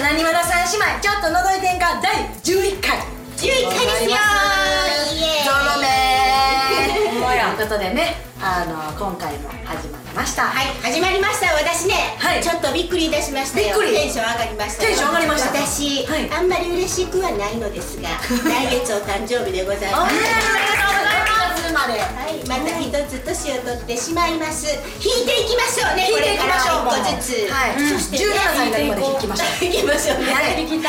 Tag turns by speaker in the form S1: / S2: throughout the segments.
S1: 三姉妹ちょっと覗いてんか第11回
S2: 十一回ですよー。イエーイ
S1: ゾロ目
S2: ほんまや
S1: ということでねあの今回も始まりました
S2: はい、始まりました。私ね、
S1: はい
S2: ちょっとびっくりいたしましたよ。
S1: びっくり
S2: テンション上がりましたよ。
S1: テンション上がりました
S2: 私、
S1: はい
S2: あんまり嬉しくはないのです が、来月お誕生日でござい
S1: お
S2: ま
S1: め
S2: す。
S1: でとうございますまで
S2: はい、また一つ年を取ってしまいます。引いていきましょうね。
S1: 引いていきましょう
S2: これから一個ずつ。
S1: はい
S2: そして、ね、
S1: 17歳になるまで引きましょ
S2: う。引きましょうね。
S1: はい
S3: きた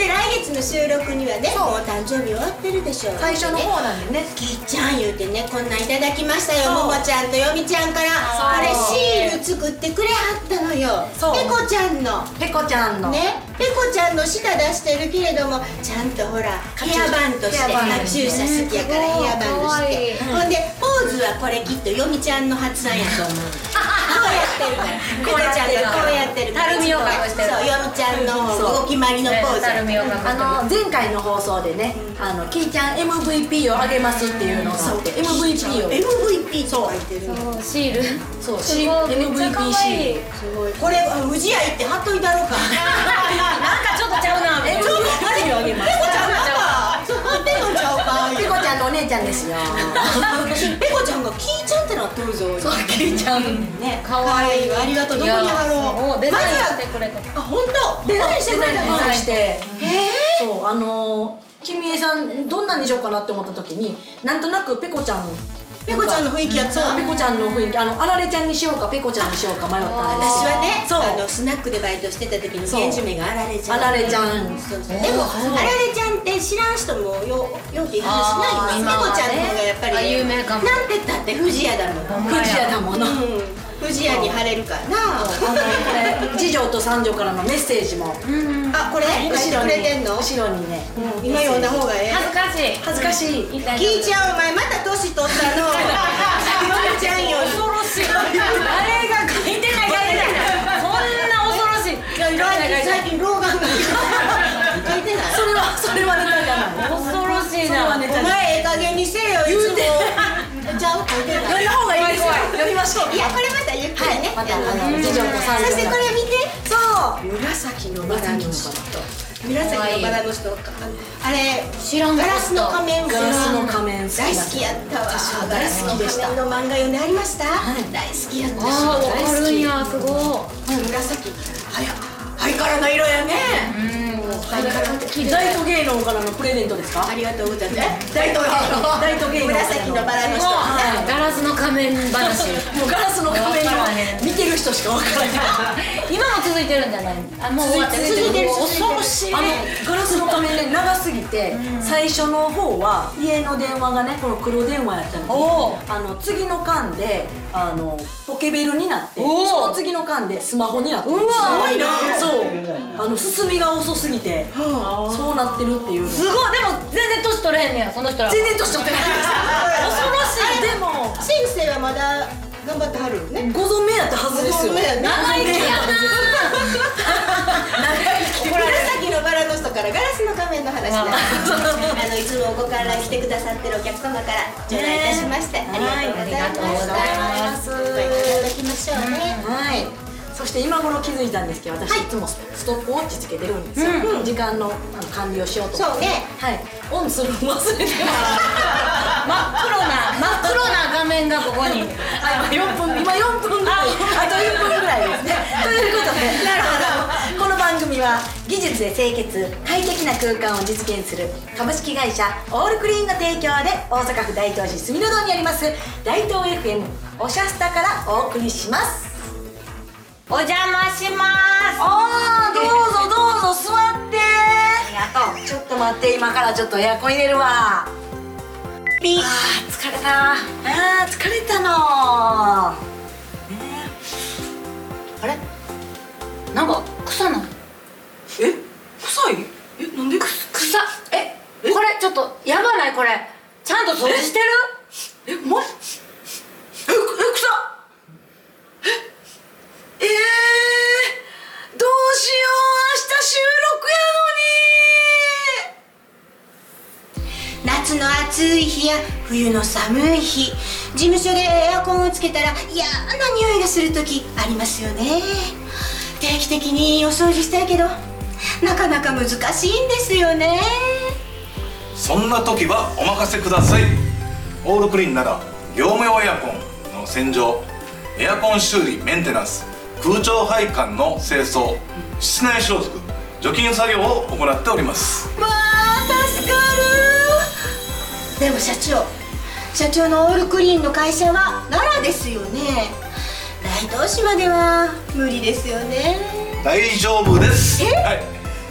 S2: で、来月の収録にはね、もうお誕生日終わってるでしょう。
S1: 最初の方なんでね
S2: きっちゃん言うてねこんなんいただきましたよ
S1: そう
S2: ももちゃんとよみちゃんからこれ
S1: そ
S2: シ
S1: う
S2: ール作ってくれはったのよ
S1: そう
S2: ペコちゃんの
S1: ペコちゃんの
S2: ねペコちゃんの舌出してるけれどもちゃんとほらヘアバンドして
S1: ヘアバンド
S2: カチューシャ好きやからヘアバンドして
S3: す
S2: ほんでポーズはこれきっとよみちゃんの発案や と思うこうやってる からペコちゃんがこうやってるから
S3: たるみを隠してる
S2: そうよみちゃんの動き回りのポーズ
S3: たるみを隠して
S1: あの前回の放送でね、あのキイちゃん MVP をあげますっていうのがあって MVP を
S2: MVP と書いてるの
S3: のシール
S1: そう
S3: すごいめっちゃ
S1: MVP
S3: 可愛い
S1: シール
S2: すごいこれあ宇治屋行って貼っといた ろうか
S3: なんかちょっとちゃうなみたいな
S2: ちょっとあれよペコちゃんなんか そう貼ってんのちゃうか
S1: ペコちゃんのお姉ちゃ んですよ
S2: ペコちゃんがキーちゃんってなっとるぞ
S1: そうキイちゃん
S2: ね
S3: かわいい
S2: わありがとうどこに貼ろう
S3: もうデザイン
S2: まずは
S3: してくれた
S2: あ本当
S1: デ
S2: デ
S1: ザ
S2: ザイ
S1: イ
S2: ン
S1: ンし
S2: してて
S1: く
S2: く
S1: れ
S2: れ
S1: た
S2: た
S1: デ
S2: の
S1: ザインして
S2: え
S1: そうあのー君江さんどんなんにしようかなって思った時になんとなくペコちゃん
S2: ペコちゃんの雰囲気やった
S1: そうペコちゃんの雰囲気あのあられちゃんにしようかペコちゃんにしようか迷ったんです
S2: 私はね
S1: そう
S2: あのスナックでバイトしてた時に
S1: そう
S2: 源氏名があられちゃん
S1: あられちゃん
S2: そうそうでもあられちゃんって知らん人もよよっていい
S3: あ
S2: 話ないよ
S3: ー
S2: ねペコちゃんの方がやっぱ
S3: あ
S2: り
S3: 有名かも
S2: なんてったって不二家だもん
S3: ほんま
S1: 藤谷だもの
S2: うん、藤屋に貼れるからな
S1: あのこれ次女と三女からのメッセージも
S2: あこれ
S1: 後
S2: 書
S1: ろ
S2: いてく
S1: に
S2: れてんの
S1: 後ろにね
S2: 今読んだ方がえ
S3: 恥ずかしい
S1: 恥ずかしい
S2: えキイち
S3: ゃ
S2: ゃんお前また年取 ったのキイちゃんよ
S3: 恐ろしい誰が書いてない書いてないそんな恐ろしい
S2: 最近老眼が書いてない
S1: それはそれはネタじゃない
S3: 恐ろしい
S1: それは
S3: な
S1: ネ
S2: お
S1: タじゃない
S2: 前ええ加減にせえよ言うてちゃう書いて
S1: や
S2: ない
S1: り方がいいですよやりましょう
S2: いやこれまたゆっくりね、
S1: はいまたあの
S2: やる
S1: 次女と三女の
S2: そしてこれ見て
S1: そう
S2: 紫のバ
S1: バラ
S2: ラ
S1: の
S2: の
S1: 人
S2: 人紫のバラの人かあれ
S3: 知らん
S2: ガ
S3: かった
S2: ラスの仮面
S1: ガラスの仮面好きだ
S2: 大好きやったわ
S1: 私も大好きでした
S2: ガラスの仮面の漫画読んでありました、
S1: い
S2: 大好きやった
S3: あーわかるん
S2: 大好
S3: やすご
S2: き紫はやハイカラな色やね
S3: いうん
S2: ハイカラって
S1: 大都芸能からのプレゼントですか
S2: ありがとうございます大統領
S1: 大都芸能
S2: 紫のバラの人
S1: はい
S3: ガラスの仮面話
S1: もうガラスの仮面
S3: わから
S1: を
S3: へん
S1: 見てる人しかわからない
S3: 今も続いてるんじゃないあもう終わってる
S2: 続いてる続いてる
S3: 恐ろしい
S1: あのガラスの仮面ね長すぎて最初の方は家の電話がねこの黒電話やったのに
S3: おお
S1: あの次の間であのポケベルになって
S3: おー
S1: その次の間でスマホになってる
S3: うわ
S1: す
S3: す
S1: ご
S3: ご
S1: い
S3: い
S1: な
S3: な
S1: そうあの進みが遅すぎてそうなってるっていう
S3: すごいでも全然年取れへんねやその人ら
S1: 全然年取ってない 恐ろしいでも
S2: 先生はまだ頑張ってはるよね
S1: ご存命やったはずですよ
S2: ご存命やね
S1: 長生きやな長生き
S2: 紫のバラの人からガラスの仮面の話だあ
S3: あ
S2: のいつもご観覧来てくださってるお客様から頂戴いたしまして、ありがとうございました
S1: はいありがとうございます
S2: ご覧いただきましょうね、
S1: はい。そして今頃気づいたんですけど、私いつもストップウォッチつけてるんですよ。時間のあの管理をしようと思っ
S2: そう
S1: て。
S2: ね
S1: はい。オンするの 忘れてま
S3: 真っ黒な真っ黒な画面がここに
S1: す。あ、今4分、今4分ぐらい。あと1分ぐらい ですね。ということで、なるほど。この番組は技術で清潔、快適な空間を実現する株式会社オールクリーンの提供で大阪府大東市住の堂にあります大東 FM おしゃスタからお送りします。
S3: お邪魔しま
S1: ああどうぞどうぞ座ってありがとうちょっと待って今からちょっとエアコン入れるわあ
S3: すピ
S1: ー疲れたあー疲れたのね
S3: あれなんか臭ない
S1: え臭いえなんで
S3: 臭っえこれちょっとやばないこれちゃんと掃除してる
S1: えまええ臭ええー、どうしよう明日収録やのに
S2: 夏の暑い日や冬の寒い日事務所でエアコンをつけたら嫌な匂いがする時ありますよね定期的にお掃除したいけどなかなか難しいんですよね
S4: そんな時はお任せくださいオールクリーンなら業務用エアコンの洗浄エアコン修理メンテナンス空調配管の清掃室内消毒除菌作業を行っております
S2: わあ助かるでも社長社長のオールクリーンの会社は奈良ですよね大東市までは無理ですよね
S4: 大丈夫です、
S2: え
S4: はい、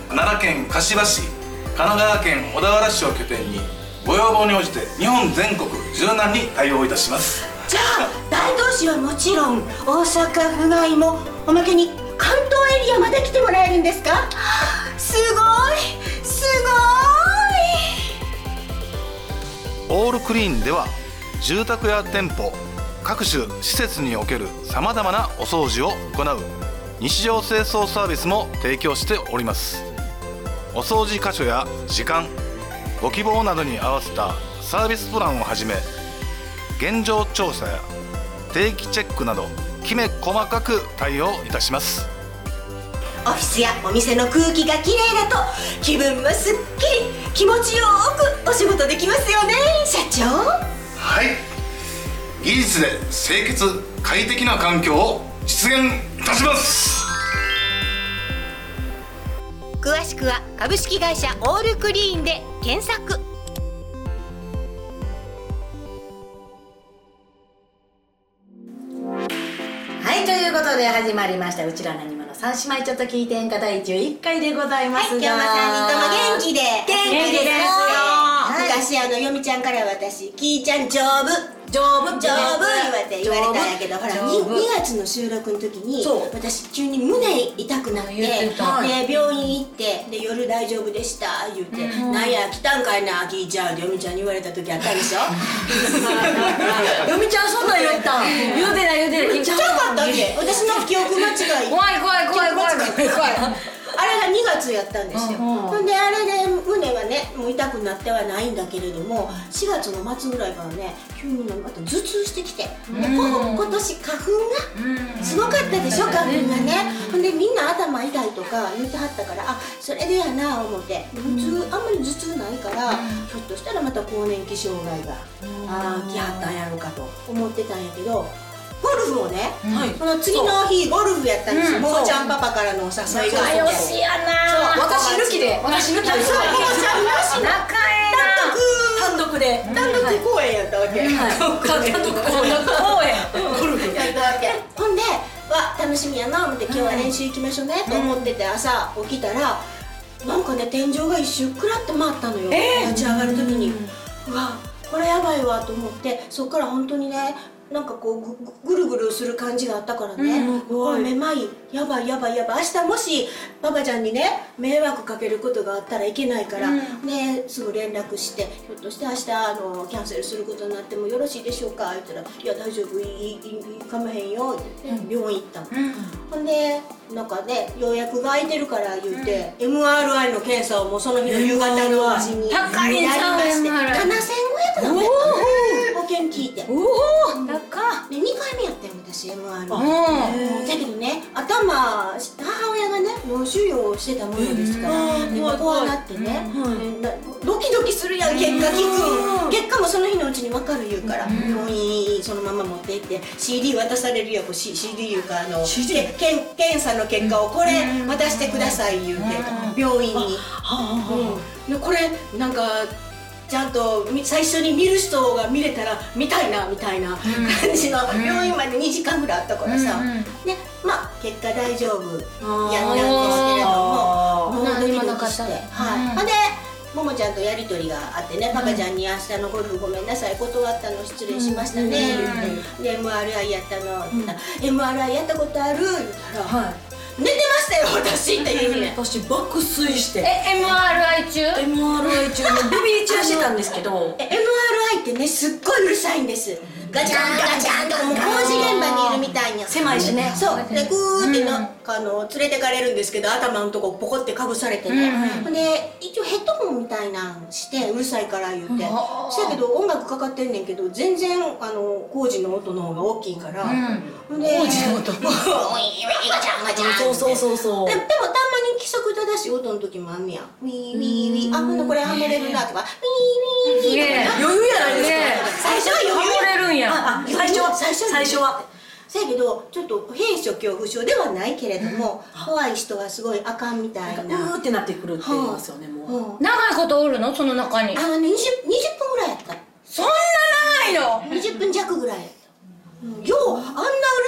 S4: 奈良県柏市神奈川県小田原市を拠点にご要望に応じて日本全国柔軟に対応いたします
S2: じゃあ大東市はもちろん大阪府外もおまけに関東エリアまで来てもらえるんですかすごいすご
S4: オールクリーンでは住宅や店舗各種施設におけるさまざまなお掃除を行う日常清掃サービスも提供しておりますお掃除箇所や時間ご希望などに合わせたサービスプランをはじめ現状調査や定期チェックなどきめ細かく対応いたします
S2: いオフィスやお店の空気がきれいだと気分もすっきり気持ちよくお仕事できますよね社長
S4: はい技術で清潔快適な環境を実現いたします
S2: 詳しくは株式会社オールクリーンで検索
S1: はいということで始まりました「うちら何者三姉妹ちょっと聞いてんか」第11回でございま
S2: はい
S1: す
S2: 今日
S1: が、
S2: も3人とも元気で
S1: 元気ですよはい
S2: 昔あのよみちゃんから私「きーちゃん丈夫」
S1: 丈夫
S2: 丈夫言われて言われたんやけどほら 2,
S1: 丈夫
S2: 月の収録の時に
S1: そう
S2: 私急に胸痛くなって
S3: 言ってた
S2: で病院行ってで夜大丈夫でした言うて、なんや来たんかいなきーちゃんってよみちゃんに言われた時あったでし ょ
S1: よみちゃんそんなん言ったん
S3: 言うてない言うてない
S2: ちゃうかったっけ私の記憶間違い
S3: 怖い怖い怖い怖い怖い怖い
S2: あれが2月やったんですよ、
S3: うん
S2: ほんであれで胸はねもう痛くなってはないんだけれども4月の末ぐらいからね急にまた頭痛してきて、でこ今年花粉がすごかったでしょ、花粉がね、ほんでみんな頭痛いとか言ってはったからあそれでやな思って普通、あんまり頭痛ないから、ひょっとしたらまた更年期障害が、あー来はったんやろうかと思ってたんやけどゴルフをね、
S1: はい
S2: その次の日ゴルフやったんですよ、ももちゃんパパからのお誘いがあって
S3: 仲良しやな
S1: 私抜きで私抜きで
S2: そう、ももちゃんなしの
S3: 仲え
S1: 単独で
S2: 単独単独公演やったわけ、
S1: はい単独こう
S3: えな公園
S1: ゴルフ
S2: やったわけほんでわ楽しみやな思って今日は練習行きましょうねと思ってて朝起きたらなんかね天井が一周くらって回ったのよ、立ち上がる時に、うわこれやばいわと思ってそっから本当にねなんかこうぐぐるぐるする感じがあったからね、うわめまいやばいやばいやばい明日もしパパちゃんにね迷惑かけることがあったらいけないから、ねすぐ連絡してひょっとして明日あのキャンセルすることになってもよろしいでしょうか言ったら「いや大丈夫いいいいいいかまへんよ」って言って病院行ったの、ほんでなんかね予約が空いてるから言うて、MRI の検査をもうその日の夕方のうちに
S3: 高いんちゃう
S2: やりまして
S3: MRI
S2: 7500だね保険聞いてで2
S3: おお高
S2: 回目やったよ私 MRI
S3: うん
S2: だけどね頭母親がね脳腫瘍をしてたものですから、で
S1: 怖い
S2: こうなってね、でなドキドキするやん結果聞く結果もその日のうちに分かる言うから病院そのまま持って行って CD 渡されるやんこう C- CD いうかあのけけん検査の結果をこれ渡してください言うて病院に、うんでこれなんかちゃんとみ最初に見る人が見れたら見たいなみたいな感じの病院まで2時間ぐらいあったからさ、
S3: うんうん
S2: ねまあ結果大丈夫やったん
S1: あー
S2: ですけれどももうド
S3: 何
S2: キ
S3: にも
S2: ド
S3: な
S2: キ
S3: かっ
S2: して
S3: た
S2: はい、
S3: うん
S2: ほんでももちゃんとやり取りがあってねパパちゃんに「明日のゴルフごめんなさい断ったの失礼しましたね」言って「で MRI やったの」って言ったら「MRI やったことある?」言ったら
S1: はい
S2: 「寝てましたよ私」って言うねん
S1: 私爆睡して
S3: え MRI 中
S1: MRI 中のビビり中してたんですけど
S2: MRI ってねすっごいうるさいんですガチャンガチャンとかもう工事現場にいるみたいな
S1: 狭いしね
S2: そうでグーってな、あの連れてかれるんですけど頭のとこポコってかぶされてね、ほんで一応ヘッドホンみたいなんしてうるさいから言うてそやけど音楽かかってんねんけど全然あの工事の音の方が大きいから、 ほんで工事の音ガチャンガチャン
S1: そうそうそうそう
S2: ででもたまに規則正しい音の時もあんねや。ウィーウィーウィー。あ、ほんとこれはめれるなとか。ウィーウィーウィーとかな。
S1: 余裕やないですか、
S2: 最初は余裕
S3: れるんや
S1: ああ最初は
S2: 最初は
S1: 最初は
S2: せやけどちょっと閉所恐怖症ではないけれども、怖い人はすごいあかんみたいな
S1: なんかうーってなってくるって言いますよねもう、
S2: うん
S3: 長いことおるのその中に
S2: あのね 20, 20分ぐらいやった
S3: そんな長いの
S2: 20分弱ぐらいやった、うんようあんなうる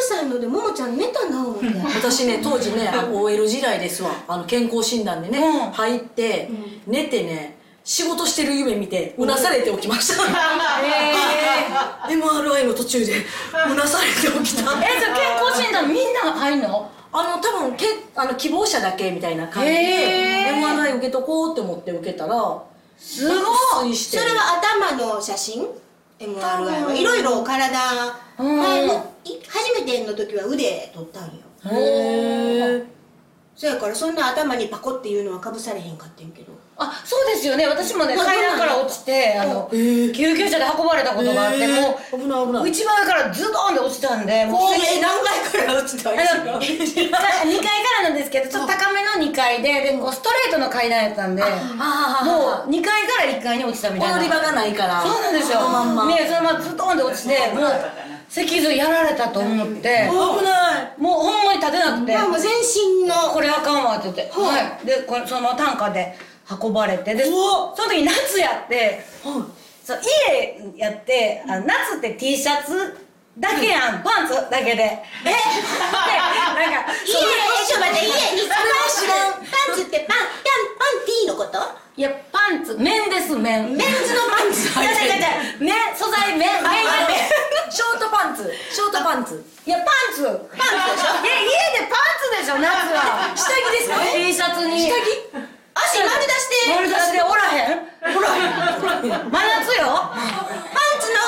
S2: さいのでももちゃん寝たな思って
S1: 私ね当時ね OL 時代ですわあの健康診断でね、
S3: うん
S1: 入って、寝てね仕事してる夢見てうなされて起きました、MRI の途中でうなされて起 きた
S3: えじゃあ健康診断みんなが入んの
S1: あの多分けあの希望者だけみたいな感じで、
S3: へー
S1: MRI 受けとこうって思って受けたら
S3: すごい
S1: 推し
S2: そ
S1: て
S2: れ
S1: る
S2: は頭の写真 MRI はいろいろ体
S3: うん
S2: 前もい初めての時は腕取ったんよ
S1: へー
S2: そやからそんな頭にパコっていうのはかぶされへんかってんけど
S3: あそうですよね私もね
S2: まあ
S3: 階段から落ちてあの救急車で運ばれたことがあっても
S1: 危ない危な
S3: う
S1: い
S3: 一番上からズドンで落ちたんでもう
S1: こうえ何回くらい落ちた
S3: あの2階からなんですけどちょっと高めの2階ででこうストレートの階段やったんでもう
S1: あ
S3: 2階から1階に落ちたみたいな
S1: 踊り場がないから
S3: そうなんですよ。
S1: そのまんま、
S3: ね、そのままズドンで落ちて、もう脊髄やられたと思って、
S1: 危ない
S3: もうほんまに立てなくて、
S2: あもう全身の
S3: これあかんわって言って、はい。で、これそのまま担架で運ばれて、で、その時夏やって、そう家やって、あの夏って T シャツだけやん、パンツだけで。えで、なんか、
S2: 家ちょっと待って家にパンツパンツってパンパンパンティーのこと
S3: いや、パンツ、面です、面。
S2: メンズのパンツ
S3: いやいやいや、面、素材、面、面やって。
S1: ショートパンツショートパンツ
S3: いや、パンツパンツでしょいや、家でパンツでしょ、夏 は
S1: 下着ですか
S3: T シャツに
S1: 下
S2: 足丸出して
S3: 丸出しでおらへん
S1: 着ほらほらほら
S3: 真夏よ
S2: パンツの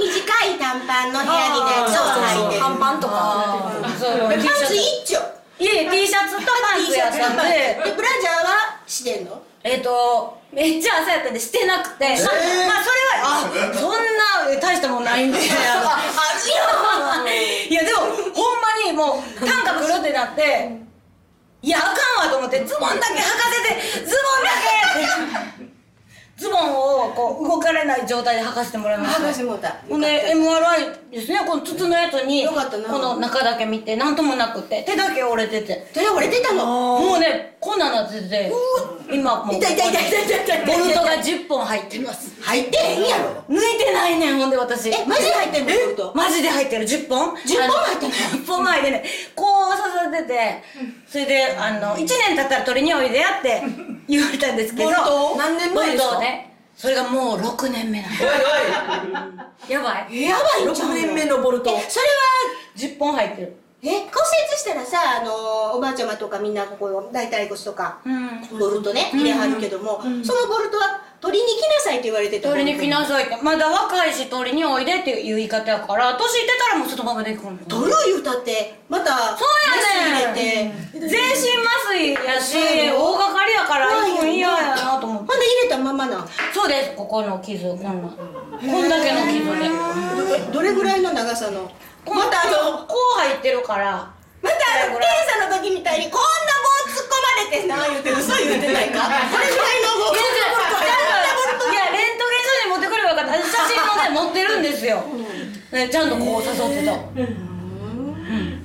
S2: 上に短い短パンの部屋みたいなやつを履いてる
S1: 短パンとか
S3: そう
S2: パンツ
S3: T シャ
S2: 一丁
S3: ツいやいや T シャツとパンツやったんで
S2: でブラジャーはしてんの
S3: えっとめっちゃ朝やったんでしてなくて、まあまあそれはあそんな大したもん ないんでいやでもほんまにもう短歌来るってなっていやあかんわと思ってズボンだけ履かせてズボンだけズボンをこう動かれない状態で履かせてもらいました
S2: 剥がしてもうた
S3: ほんで MRI ですねこの筒のやつに
S2: よかったな
S3: この中だけ見て何ともなくて手だけ折れてて
S2: 手折れてたの
S3: もうねこんなんなってて今もう
S2: 痛い痛い痛い痛い痛い痛い
S3: ボルトが10本入ってます
S2: 入ってへんやろ
S3: 抜いてないねんほんで私
S2: えマジで入ってんのボルト
S3: マジで入ってる10
S2: 10
S3: 本
S2: 本入ってんの
S3: 1本前でねこう刺さっててそれであの1年経ったら鳥においでやって言われたんですけ
S1: ボ
S3: ど
S1: ルトを何年前ですか
S3: ボルトをねそれがもう6年目なのやばい
S2: やばいんちゃう
S1: 6年目のボルト
S2: えそれは
S3: 10本入ってる
S2: え骨折したらさあのおばあちゃまとかみんなここ大腿骨とか
S3: うん
S2: ボルトね入れはるけども、そのボルトは取りに来なさいって言われてた
S3: 取りに来なさいってまだ若いし取りにおいでっていう言い方やから年いってたらもうそのままできるのそう
S2: 取る言うたってまた
S3: や
S2: メス入
S3: ね
S2: れ
S3: ん
S2: て
S3: 全身麻酔やし大掛かりやから
S2: 怖いよね
S3: 1本嫌やなと思って
S2: まだ入れたままなん
S3: そうですここの傷こんなこんだけの傷で
S2: どどれぐらいの長さの
S3: こん
S2: またあの
S3: こう入ってるから
S2: またあの
S3: これぐ
S2: 検
S3: らい
S2: 査の時みたいにこんな棒突っ込まれてな言うて嘘言うてない かこれぐらいの棒
S3: いやいやレントゲン所に持ってくればよかった写真もね持ってるんですよ、ね、ちゃんとこう誘ってた、うん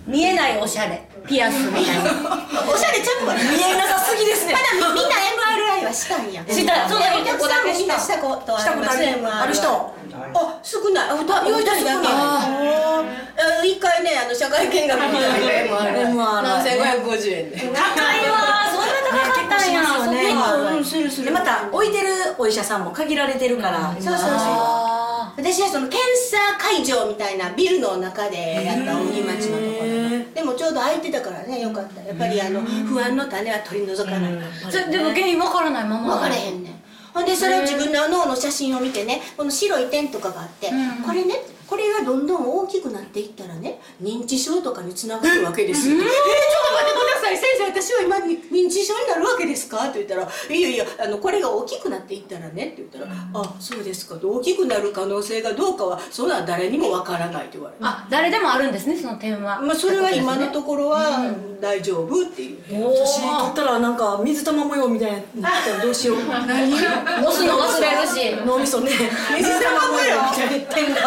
S3: 見えないおしゃれピアスみたいな
S2: おしゃれちゃうわまだ
S1: 見えなさすぎですね
S2: みんな MRI はしたんや
S3: したその
S2: お
S3: 時こ
S2: 客
S3: こだ
S2: さん
S3: け
S2: もみん
S3: した
S2: なしたこと
S1: したことある
S2: MRI は
S1: ある人
S2: あ、少ない。あ、二人
S1: 意外と少ない
S2: あーあ一回ね、あの社会見学みたいな
S1: MRI
S2: 七千五百五十円で。
S3: 高いわーそんな高かったんや
S1: 結構しますよね
S3: そんな
S1: はい
S2: うん、するす
S1: で
S2: る。
S1: また置いてるお医者さんも限られてるから、
S2: そうそうそう。
S3: あ
S2: 私はその検査会場みたいなビルの中でやった荻町のところでもちょうど空いてたからねよかったやっぱりあの不安の種は取り除かないわ
S3: ーそれでも原因分からないまま
S2: 分かれへんねんほんでそれを自分の脳の写真を見てねこの白い点とかがあってこれねこれがどんどん大きくなっていったらね認知症とかにつながるわけですよ、えーちょっと待ってください先生私は今認知症になるわけですか?」って言ったら「いやいやあのこれが大きくなっていったらね」って言ったら「あそうですか」と大きくなる可能性がどうかはそんなん誰にもわからないと言われて、
S3: あ誰でもあるんですねその点は
S2: まあ、それは今のところは大丈夫っていう。
S3: おー
S1: 私取ったらなんか水玉模様みたいになったらどうし よう何
S3: 押すの忘れるし
S1: 脳みそね水玉模様みたいな点が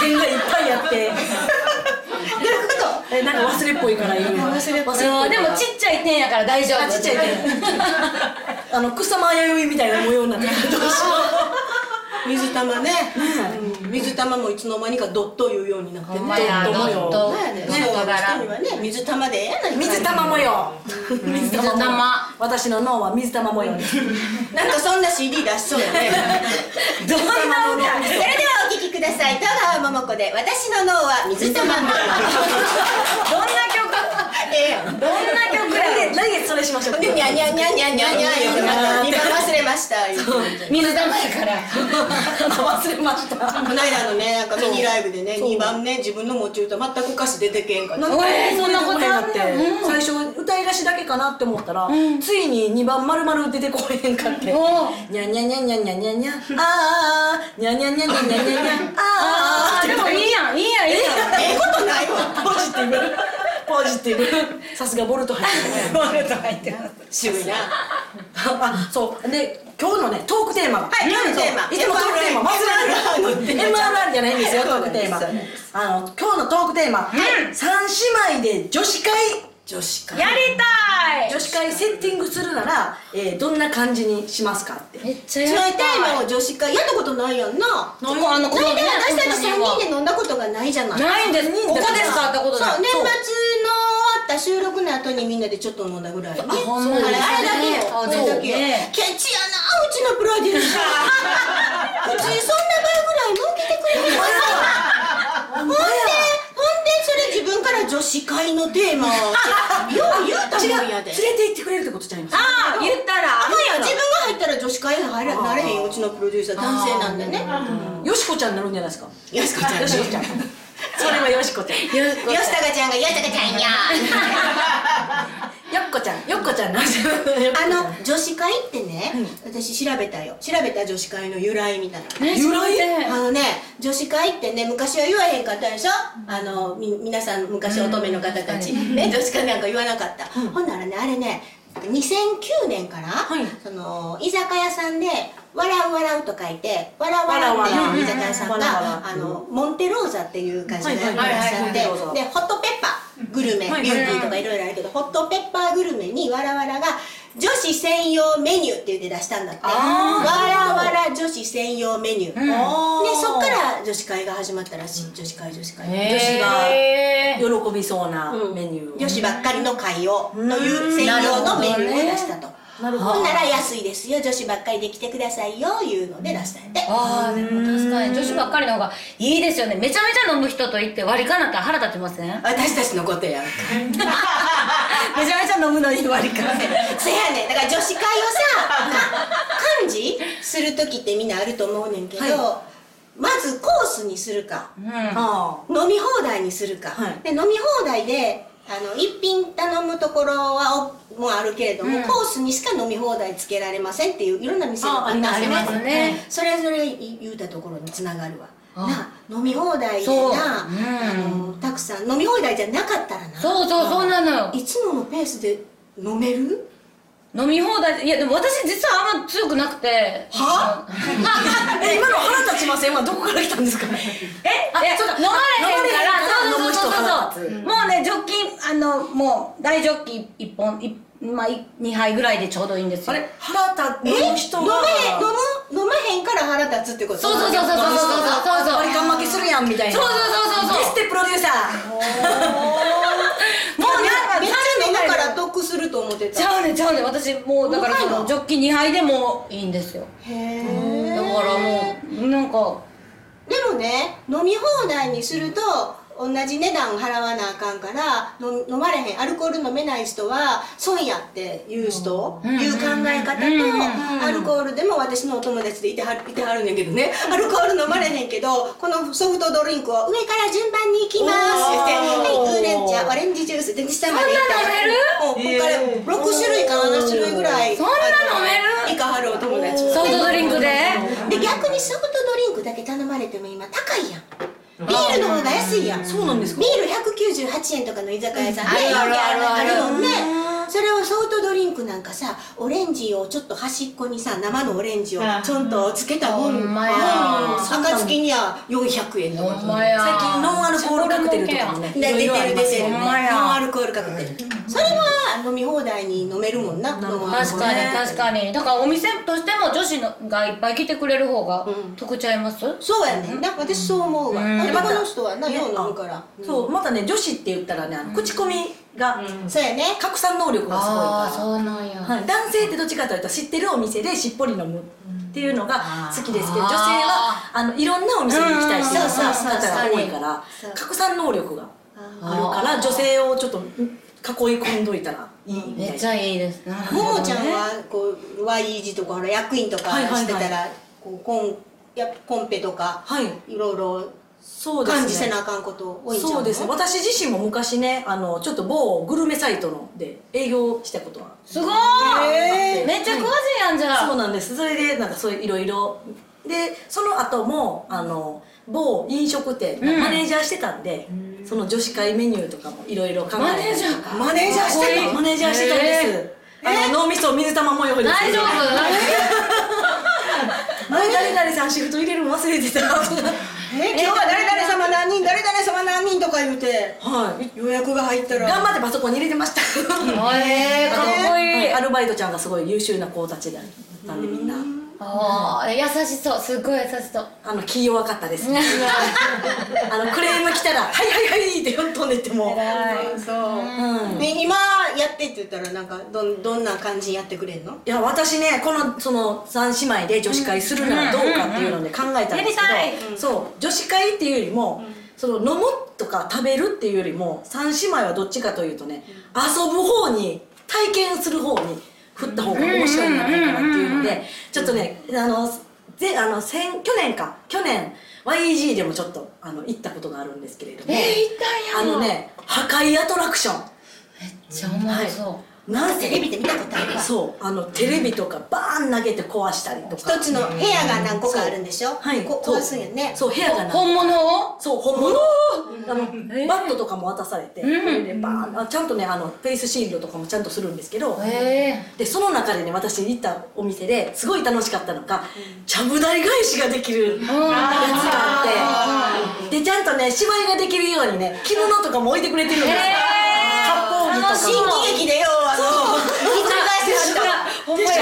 S1: 点がいっぱいあってえなんか忘れっぽいから今忘れっぽいから
S3: でもちっちゃい点やから大丈
S1: あ
S3: 夫
S1: ちっちゃい点あの草間弥生みたいな模様になってるどうしよ
S2: 水玉ね、うん水玉もいつの間にかドットいうようになって
S3: ほ
S2: ね
S3: んまや
S1: ど
S3: ど
S1: う思うよ
S3: っと
S2: そうやね
S3: ど
S2: そう
S3: っと
S2: 人に
S3: 柄
S2: はね水玉でええやないか
S1: う
S2: い
S1: 水玉模様水
S3: 水玉
S1: 私の脳は水玉模様です
S2: なんかそんな CD 出しそうやね
S1: どんな
S2: それではお聴きください戸川桃子で私の脳は水玉模様
S3: どんな曲
S2: ええやん
S3: どんな曲や
S1: 来月来月それしましょう
S2: でニャニャニ ャニャニャニャ言うてまた二番忘れました言うて
S3: 水玉やから
S1: 忘れました
S2: この間のねなんかミニライブでね2番ね自分の持ち歌全く歌詞出てけんかった
S1: なんか
S3: えーそんなことあんの
S1: 出てこへんかって最初歌い出しだけかなって思ったら、ついに2番丸々出てこへんかって、
S3: お
S1: にゃにゃにゃにゃにゃにゃにゃあーにゃにゃにゃにゃにゃにゃにゃあ
S3: あ
S1: ー
S3: ーでもいいやんいいやんいいや ん
S2: ええことないわ
S1: ポジティブポジティブさすがボルト入ってるね
S3: ボルト入ってます
S2: 渋いな
S1: あそうで今日のねトークテーマが
S2: はい今日のテーマ
S1: いつもトークテーマ忘れる MRR じゃないんですよトークテーマ
S2: そうなんで
S1: あの今日のトークテーマ三姉妹で女子会女子
S3: やりたい
S1: 女子会セッティングするなら、えーどんな感じにしますかって
S3: めっちゃ
S2: そ
S3: や
S2: の
S3: りたい
S2: テーマを女子会やったことないやんな
S3: ここあのこの
S2: 何で私たち3人
S3: で
S2: で飲んだことがないじゃない
S3: ないんですここでしか会ったことない
S2: そう年末の終わった収録の後にみんなでちょっと飲んだぐらいね
S3: あほんまに
S2: あれあれだけよ
S3: そう
S2: あ
S3: ね
S2: れだけよ
S3: ね
S2: ケチやなうちのプロデューサー普通そんな倍ぐらい儲けてくれてるほんでほんでそれ自分から女子会のテーマをってよう言うた
S1: 違
S2: も
S1: う
S2: んや
S1: 連れ
S2: で
S1: て行ってくれるってことじゃないんですか
S3: ああ言ったら
S2: あかんやん自分が入ったら女子会入らなれへんようちのプロデューサー男性なんでね
S1: よしこちゃんになるんじゃないですか
S2: よしこちゃん
S1: よしこ ちゃんそれはよしこちゃん
S3: よ
S2: よし高ちゃんが「よし高ちゃんや」
S1: よっこちゃんよっこちゃんなるよっこちゃ
S2: あ
S1: ん
S2: の女子会ってね、私調べたよ調べた女子会の由来みたいな、
S3: ね
S1: 由来
S2: あのね女子会ってね昔は言わへんかったでしょあのみ皆さん昔乙女の方たち、ね、女子会なんか言わなかった、ほんならねあれね2009年から、
S1: い
S2: その居酒屋さんで「笑う笑う」と書いて「笑う笑う」っていう居酒屋さんが、
S1: わらわら
S2: あのモンテローザっていう会社でやってらっしゃって
S1: はいはいはいはいモンテローザ
S2: でホットペッパーグルメ、
S1: はい
S2: ビューティーとかいろいろあるけど、ホットペッパーグルメにわらわらが女子専用メニューって言って出したんだってわらわら女子専用メニュー、で
S1: あー
S2: そっから女子会が始まったらしい女子会女子会、
S1: 女子
S3: へー
S1: が喜びそうなメニューを
S2: 女子ばっかりの会をという専用のメニューを出したと
S1: なるほどね
S2: ほんなら安いですよ女子ばっかりで来てくださいよいうので出したんやって
S3: ああでも確かに女子ばっかりの方がいいですよねめちゃめちゃ飲む人と行って割り勘なったら腹立ちませんめち
S2: 私たちのことやんか
S3: ゃめちゃ飲むのに割り勘
S2: そやねんだから女子会をさか幹事する時ってみんなあると思うねんけど、
S1: は
S2: まずコースにするか
S3: うん
S1: あ
S2: 飲み放題にするか、
S1: はい
S2: で飲み放題であの一品頼むところはおもあるけれども、コースにしか飲み放題つけられませんっていういろんな店があったん
S1: ああります
S3: ね
S2: うんそれぞれ言うたところにつながるわ
S3: あ
S2: な飲み放題
S3: そ
S2: で
S3: う
S2: な、
S3: うん
S2: あのたくさん飲み放題じゃなかったらな
S3: そうそうそうなのよ
S2: いつものペースで飲める
S3: 飲み放題いやでも私実はあんま強くなくて
S1: はあえ今の腹立ちません今どこから来たんですか
S3: え
S1: あ
S3: いや
S1: そうか
S3: 飲まれへんから
S1: 飲まれへんから
S3: そうそうそうそう
S1: 飲む人腹立つ
S3: もうねジョッキあのもう大ジョッキ1本いまあい2杯ぐらいでちょうどいいんですよ
S1: あれ腹
S2: え飲
S1: 立つ
S2: め
S1: 人
S2: 飲
S1: が
S2: む飲まへんから腹立つってこと
S3: そうそうそうそうそうそうそうそう
S1: 割り勘負けするやんみたいな
S3: そうそうそうそうそう
S1: ゲステプロデューサ
S3: もうなんか
S2: めっちゃ飲むから得すると思って
S3: ち
S2: た
S3: ゃうねんちゃうねん私もうだからそう
S2: まい
S3: の
S2: の
S3: ジョッキ2杯でもいいんですよ
S2: へえ
S3: だからもうなんか
S2: でもね飲み放題にすると同じ値段払わなあかんから飲飲まれへんアルコール飲めない人は損やっていう人、
S3: うん
S2: いう考え方と、
S3: うん
S2: アルコールでも私のお友達でいてはるいてはるんやけどねアルコール飲まれへんけどこのソフトドリンクを上から順番に行きますって
S1: お
S2: は
S1: ー
S2: いウーレンジャーオレンジジュースで下まで行った
S1: そんな飲める
S2: うんこっから6種類か7種類ぐらい
S3: そんな飲める
S2: あのいかはるお友達
S3: ソフトドリンクで
S2: で逆にソフトドリンクだけ頼まれても今高いやんビールの方が安いやんそうなんですかビール198円とかの居酒屋さんで、
S3: うんあるあるある
S2: もんねそれをソフトドリンクなんかさオレンジをちょっと端っこにさ生のオレンジをちょんとつけたもん、
S3: ほんまや
S2: 暁には400円とか
S3: ほんまや
S1: 最近ノンアルコールカクテルとかもね
S2: 出てる出てる
S3: ほ
S2: ノ
S3: んまや
S2: ンアルコールかけてる、それは飲み放題に飲めるもんなノンアルコ
S3: 確
S2: ール
S3: かに確かにだからお店としても女子のがいっぱい来てくれる方が得ちゃいます、
S2: そうやねんな私そう思うわ、
S3: うん
S2: 男の人はなよう飲むから、
S1: そうまたね女子って言ったらねあの口コミが
S2: そうやね
S1: 拡散能力がすごい
S3: ああ
S1: から
S3: そうなんや、
S1: はい、男性ってどっちかというと知ってるお店でしっぽり飲むっていうのが好きですけど
S3: あ
S1: 女
S3: ー
S1: 性はあのいろんなお店に行きたいし
S2: うん
S1: そうそうそう方が多いから
S2: そう
S1: 拡散能力があるか
S3: あ
S1: ら
S3: ー
S1: 女性をちょっとん囲い込んどいたらいいみたいな。
S3: めっちゃいいですなるほどね
S2: ももちゃんはこう Y 字とかほら役員とか
S1: はいはいはい
S2: してたらこうコンやコンペとか
S1: はい
S2: いろいろ
S1: そうですね
S2: 感じせなあかんこと多いんちゃうの
S1: そうですね私自身も昔ねあのちょっと某グルメサイトので営業したことは
S3: すごー
S2: へ
S3: い
S2: ー
S3: めっちゃ詳しいやんじゃあ
S1: そうなんですそれでなんかそういういろいろでその後もあの某飲食店のマネージャーしてたんで、その女子会メニューとかもいろいろ考え
S3: マネージャー
S2: マネージャーしてたの
S1: マネージャーしてたんです、あの脳みそ水玉模様です
S3: 大丈夫
S1: 前誰々さんシフト入れるの忘れてたは
S2: え今日は誰々様何人誰々様何人とか言うて
S1: い
S2: 予約が入ったら
S1: 頑張ってパソコンに入れてました
S3: えー、かっこいい、
S1: アルバイトちゃんがすごい優秀な子たちだったんでみんな
S3: ああ優しそうすっごい優しそう
S1: あの気弱かったですねあのクレーム来たら「はいはいはい」って飛んでいっても
S2: そう、
S1: うん
S2: ね、今やってって言ったらなんかどんどんな感じにやってくれんの
S1: いや私ねこのその三姉妹で女子会するならどうかっていうので考えたんです
S3: やり
S1: けど、そう女子会っていうよりも、その飲むとか食べるっていうよりも三姉妹はどっちかというとね、遊ぶ方に体験する方に振った方が面白いんじゃないかなっていうので、ちょっとねあのぜあの先去年か去年 YG でもちょっとあの行ったことがあるんですけれども、
S3: 痛
S1: あのね破壊アトラクション。
S3: じゃあおもろそう、
S1: なん
S2: テレビで見たことあるわ
S1: そうあのテレビとかバーン投げて壊したりとか
S2: 一つの部屋が何個かあるんでしょ、
S1: はい
S2: こ
S1: そう
S2: 壊すんやね
S1: そう部屋がな
S3: 本物を
S1: そう本物あの、バットとかも渡されて、
S3: うん
S1: それでバーンあちゃんとねあのフェイスシールドとかもちゃんとするんですけど、
S3: え
S1: でその中でね私行ったお店ですごい楽しかったのがちゃぶ台返しができるやつがあってでちゃんとね芝居ができるようにね着物とかも置いてくれてるんですよ、
S3: へー
S1: 割烹着とかも
S3: 楽しい
S2: 新喜劇でよあのひっくり返すやつ
S1: ほんまや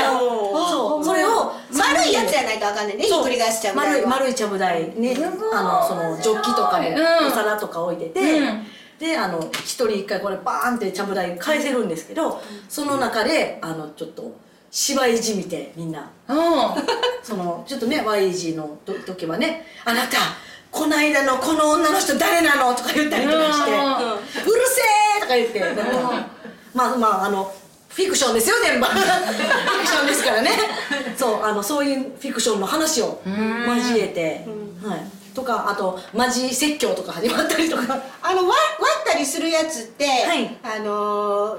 S1: そうそれを
S2: 丸いやつやないとあかんねんねひっくり返しちゃうぐら
S1: 丸
S2: い
S1: い
S2: は
S1: 丸いちゃぶ台ね
S3: ごい
S1: あのそのジョッキとかも、
S3: うん
S1: お皿とか置いてて、
S3: うん
S1: であの一人一回これバーンってちゃぶ台返せるんですけど、その中であのちょっと芝居じみてみんな
S3: ー、うん
S1: そのちょっとね YG のと時はね「あなたこの間のこの女の人誰なの?」とか言ったりとかして「
S3: う
S1: うんるせえ!」とか言ってなんかまあまああのフィクションですよ 全部フィクションですからねそうあのそういうフィクションの話を交えて、はい、とかあとマジ説教とか始まったりとか。
S2: あのわ割ったりするやつって、
S1: はい
S2: あのー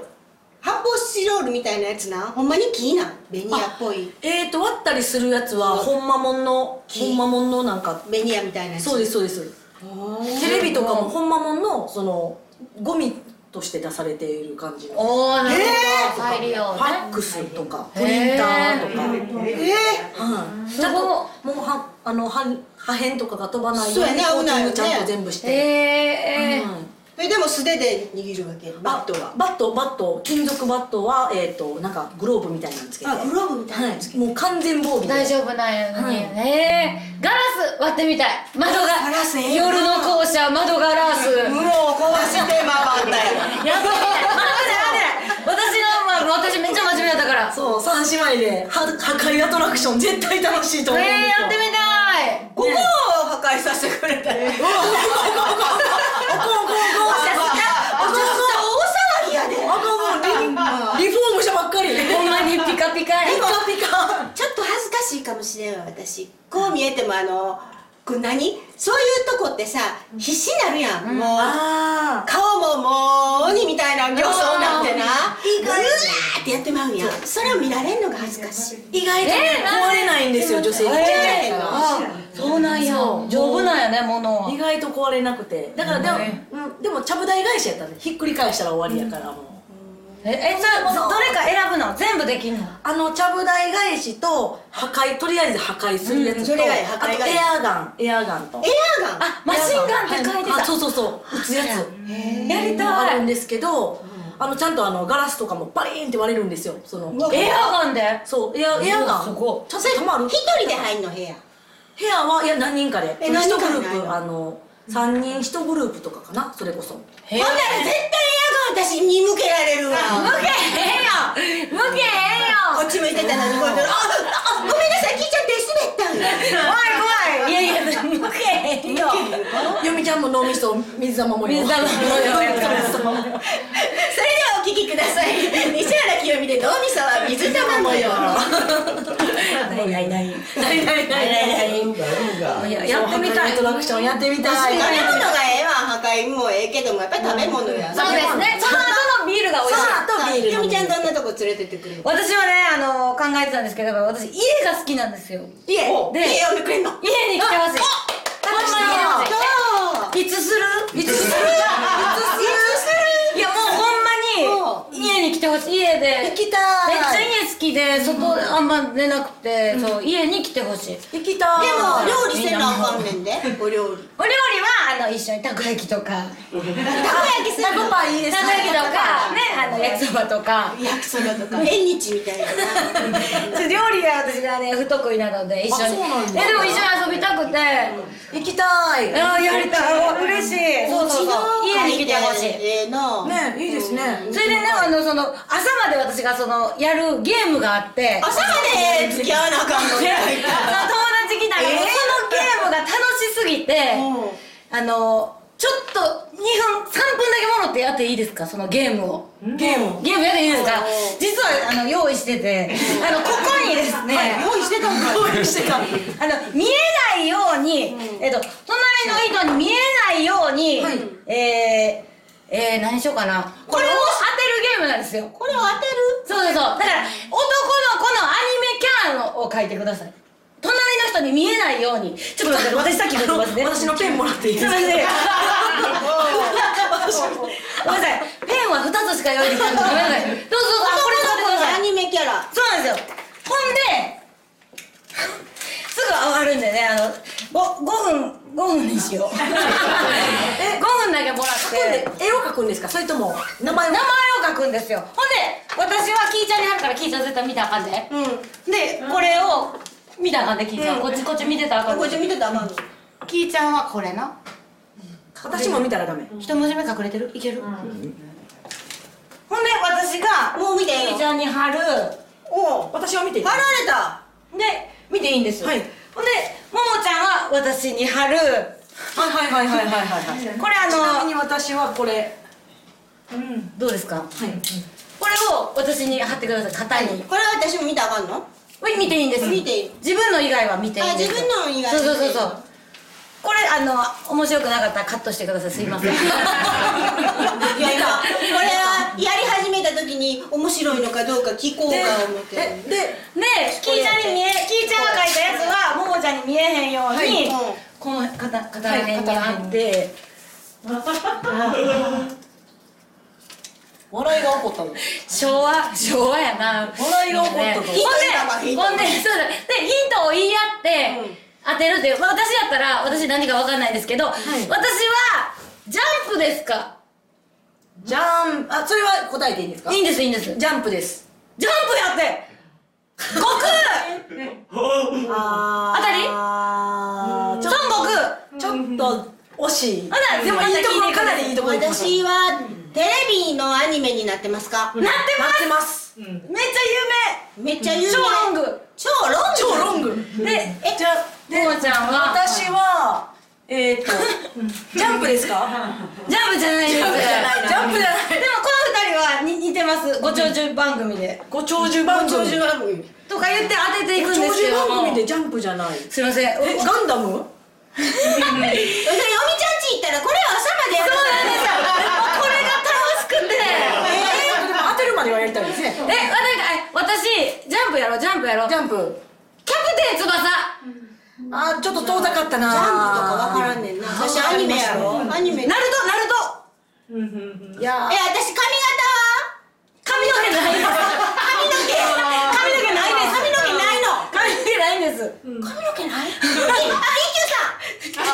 S2: 発泡スチロールみたいなやつなほんまに木なんベニヤっぽい
S1: えー、と割ったりするやつはほんまもんの
S2: 木
S1: ほんまもんのなんか
S2: ベニヤみたいなやつ
S1: そうですそうです
S2: おー
S1: テレビとかもほんまもんのそのゴミとして出されている感じの
S3: おーなるほど、
S2: え
S3: 再利用
S1: フ
S3: ね
S1: ァックスとかプリンターとか、
S2: え
S1: うんちゃんともうはあのは破片とかが飛ばない
S2: そうやね
S1: コーティン
S2: 危な
S1: グ
S2: いよね
S1: ちゃんと全部して、
S3: えー、
S1: うん
S2: えでも素手で握るわけバットは
S1: バットバット金属バットはえっ、となんかグローブみたいなのつけて
S2: あグローブみたいなのつ
S1: はい、もう完全防備で
S3: 大丈夫なんやのに、
S1: は
S3: えー、ガラス割ってみたい窓が
S2: ガラスええな
S3: 夜の校舎窓ガラスやってみ
S2: 室を壊して回ったよ
S3: たい待って待って私の、まあ、私めっちゃ真面目だったから
S1: そう三姉妹では破壊アトラクション絶対楽しいと
S3: えー、
S1: 思うんですよ、
S3: やってみたい
S2: ここを破壊させてくれたよ
S1: おこ
S2: で
S3: ピカや
S2: も
S1: ピカ
S2: ちょっと恥ずかしいかもしれんわ私こう見えてもあのこう何そういうとこってさ必死になるやん、もう
S1: あ
S2: 顔ももう鬼みたいな形相になってな
S1: うん
S2: うわーってやってまうんやんそれを見られんのが恥ずかしい
S1: 意外とね
S3: えー
S1: 壊れないんですよ女性に
S3: えー
S1: あ
S3: そうなんや
S1: そ
S3: 丈
S1: う
S3: 夫なんやね物は
S1: 意外と壊れなくてだからでも、うん、でもちゃぶ台返しやったねひっくり返したら終わりやからもう、
S3: ええそれどれか選ぶの全部できんの
S1: あのちゃぶ台返しと破壊とりあえず破壊するや
S2: うん
S1: つと、
S2: それが
S1: あ
S2: 破
S1: と
S2: 壊返し
S1: エアガンエアガンと
S2: エアガン
S3: マシンガンって書いて
S1: あ
S3: た
S1: そうそうそう打つやつ
S3: やり
S1: あ
S3: た
S1: るん
S3: い
S1: ですけどあのちゃんとあのガラスとかもバリーンって割れるんですよその
S2: うわ
S3: エアガンで
S1: そうエアエアガン
S3: すご
S1: ちゃんと止まる
S2: 一人で入んの部屋
S1: 部屋はいや何人かで
S2: え
S1: 一
S2: 何人かで
S1: グルー
S2: ない
S1: プ
S2: の
S1: あの3人1グループとかかなそれこそ
S3: いへ
S2: ほんなら絶対エアガン私に向けられるわ
S3: 向けへんやん向けへ
S2: こっち向いてたのにこうやってああごめんなさい聞いちゃって滑ったんや
S3: んやんいやいや向けへんよ
S1: よみちゃんも脳みそ水玉も
S3: 水玉
S1: も
S2: それではお聞きください西原清美で脳みそは水玉模様
S1: ないないないないないないない
S3: いややってみたい
S1: アトラクションやってみたい
S2: 食べ物がええわ破壊もええけどもやっぱり食べ物や
S3: そうですねその後のビールが美味しい
S1: とビール
S2: 清美
S1: 飲む
S2: ちゃんどんなとこ連れてってくれる
S3: 私はねあの考えてたんですけど私家が好きなんですよ
S2: 家家を
S3: で
S2: 見くれんの
S3: 家に来てほしい
S1: ほんまや
S3: ほんまに来てほしい
S2: そう
S3: いつするいつするいやもうほんまに家に来てほしい家で
S1: 行き
S3: めっちゃ
S1: たい
S3: 家好きで外あんま出なくて、そう家に来てほしい
S1: 行きたい
S2: でも料理せなあかんねんでお料理
S3: お料理はあの一緒にたこ焼きとか
S2: たこ焼きする
S1: タコパいいで
S3: た
S1: す
S3: こ焼きとかねあの焼きそばとか
S2: 焼きそばとか縁日みたいな
S3: そう料理が私がね不得意なので一緒に
S1: あそうなんだ
S3: えでも一緒に遊びたくて、
S1: 行きたい
S3: ああやりたい嬉しいそうそうそう家に来てほしい
S2: ええな
S1: ねいいですね
S3: それでねあのその朝まで私がそのやるゲームがあって
S2: 朝まで付き合わなあかんのね
S3: その友達来たら、
S2: えー
S3: もうそのゲームが楽しすぎて、
S2: うん
S3: あのちょっと2分3分だけもろってやっていいですかそのゲームを
S1: ゲーム
S3: ゲームやっていいですか
S2: う
S3: 実はあの用意しててあのここにですね、
S2: 用意してたんか
S1: どういうしてたの
S3: あの見えないように、えっと隣の人に見えないように、
S1: はい
S3: えー、えー、何しようかなこれを当てるゲームなんですよ
S2: これを当てる
S3: そうそうそうだから男の子のアニメキャラのを書いてください隣の人に見えないようにちょっと待 って私さっき書いてますね
S1: 私のペンもらっていい
S3: す
S1: で
S3: い
S1: す
S3: ま
S1: か
S3: せんごめんなさいペンは2つしか用意できないごめんなさいどうぞどうぞあこれ使ってください
S2: アニメキャラ
S3: そうなんですよほんですぐ終わるんでねあの 5, 分5分にしよう え5分だけもらって
S1: で絵を描くんですかそれとも名前を
S3: 名前を書くんですよほんで私はキーちゃんになるからキーちゃん絶対見たらあかんで、でこれを見たらあかんでキーちゃん、こっちこっち見てたらあかん
S2: こっち見てたまに
S3: キーちゃんはこれな
S1: 私も見たらダメ
S3: 一文字目隠れてるいける、ほんで私が
S2: もう見ていい
S3: キ
S2: の
S3: ーちゃんに貼る
S2: おう
S1: 私は見ていい
S2: 貼られた
S3: で見ていいんですよ、
S1: はい
S3: ほんでももちゃんは私に貼る
S1: はいはいはいはいはいはい
S3: これ
S1: ちな
S3: あ
S1: み
S3: の
S1: に私はこれうん
S3: どうですか
S1: はい
S3: これを私に貼ってください型に、
S2: これは私も見たらあかんの
S3: これ見ていいんです
S2: 見ていい
S3: 自分の以外は見ていいんです
S2: あ自分の以外
S3: そうそうそうそうこれあの面白くなかったらカットしてくださいすい ませ
S2: い
S3: ん
S2: やいやこれはやり始めた時に面白いのかどうか聞こうか思って
S1: えで
S3: でキーちゃんに見えキーちゃんが描いたやつはももちゃんに見えへんように、
S1: はい
S2: うん
S3: この片片辺にあって、
S1: 笑いが起こったの
S3: 昭和昭和やな
S1: 笑いが起こったぞ
S3: ほんで
S2: ヒント
S3: ほん
S2: 言うたわヒント
S3: でそうだでヒントを言い合って、当てるっていう、まあ、私やったら私何かわかんないですけど、
S1: い
S3: 私はジャンプですか
S1: ジャンあそれは答えていいんですか
S3: いいんですいいんですジャンプ
S1: ジャンプです
S3: やって悟空
S2: あ
S3: 当たり
S2: あ
S3: 孫悟空
S1: ちょっと惜しい
S3: あら
S1: でもいいところかなりいいところ行きました
S2: 私はテレビのアニメになってますか
S3: なって
S1: な
S3: ま
S1: ってます
S3: すめっち
S2: めっちゃ有名
S3: 超ロング
S2: 超ロング
S1: 超ロング
S3: ゃ有名で
S1: えじゃあ
S3: ももちゃんは
S1: 私はえーっとジャンプですか
S3: ジャンプじゃないです
S1: ジャンプじゃない
S3: でもこの二人はかに似てますご長寿番組で、
S1: ご長寿番組
S2: 長寿番組
S3: とか言って当てていくん
S1: ご
S3: で
S1: 長
S3: すけ
S1: 寿番
S3: ど
S1: 組
S3: も
S1: でジャンプじゃない
S3: すいませんお
S1: えガンダム
S2: よみちゃんち行ったらこれは朝までやる
S3: そうなんですよこれが楽しく て
S1: えでも当てるまではやりたいですね
S3: えわなんかえ私ジャンプやろうジャンプやろう
S1: ジ
S3: キャ
S1: ャンプ
S3: プテン翼
S1: あーちょっと遠ざかったな
S2: ジャンプとかわからんねんな私アニメやろアニメ
S3: ナルトナルト
S1: いや
S2: え私髪型は
S3: 髪の毛ないで
S2: 髪
S3: す
S2: の毛
S3: 髪の毛ないです
S2: 髪の毛ないの
S3: 髪の毛ないんです
S2: 髪の毛ないあ、一休さん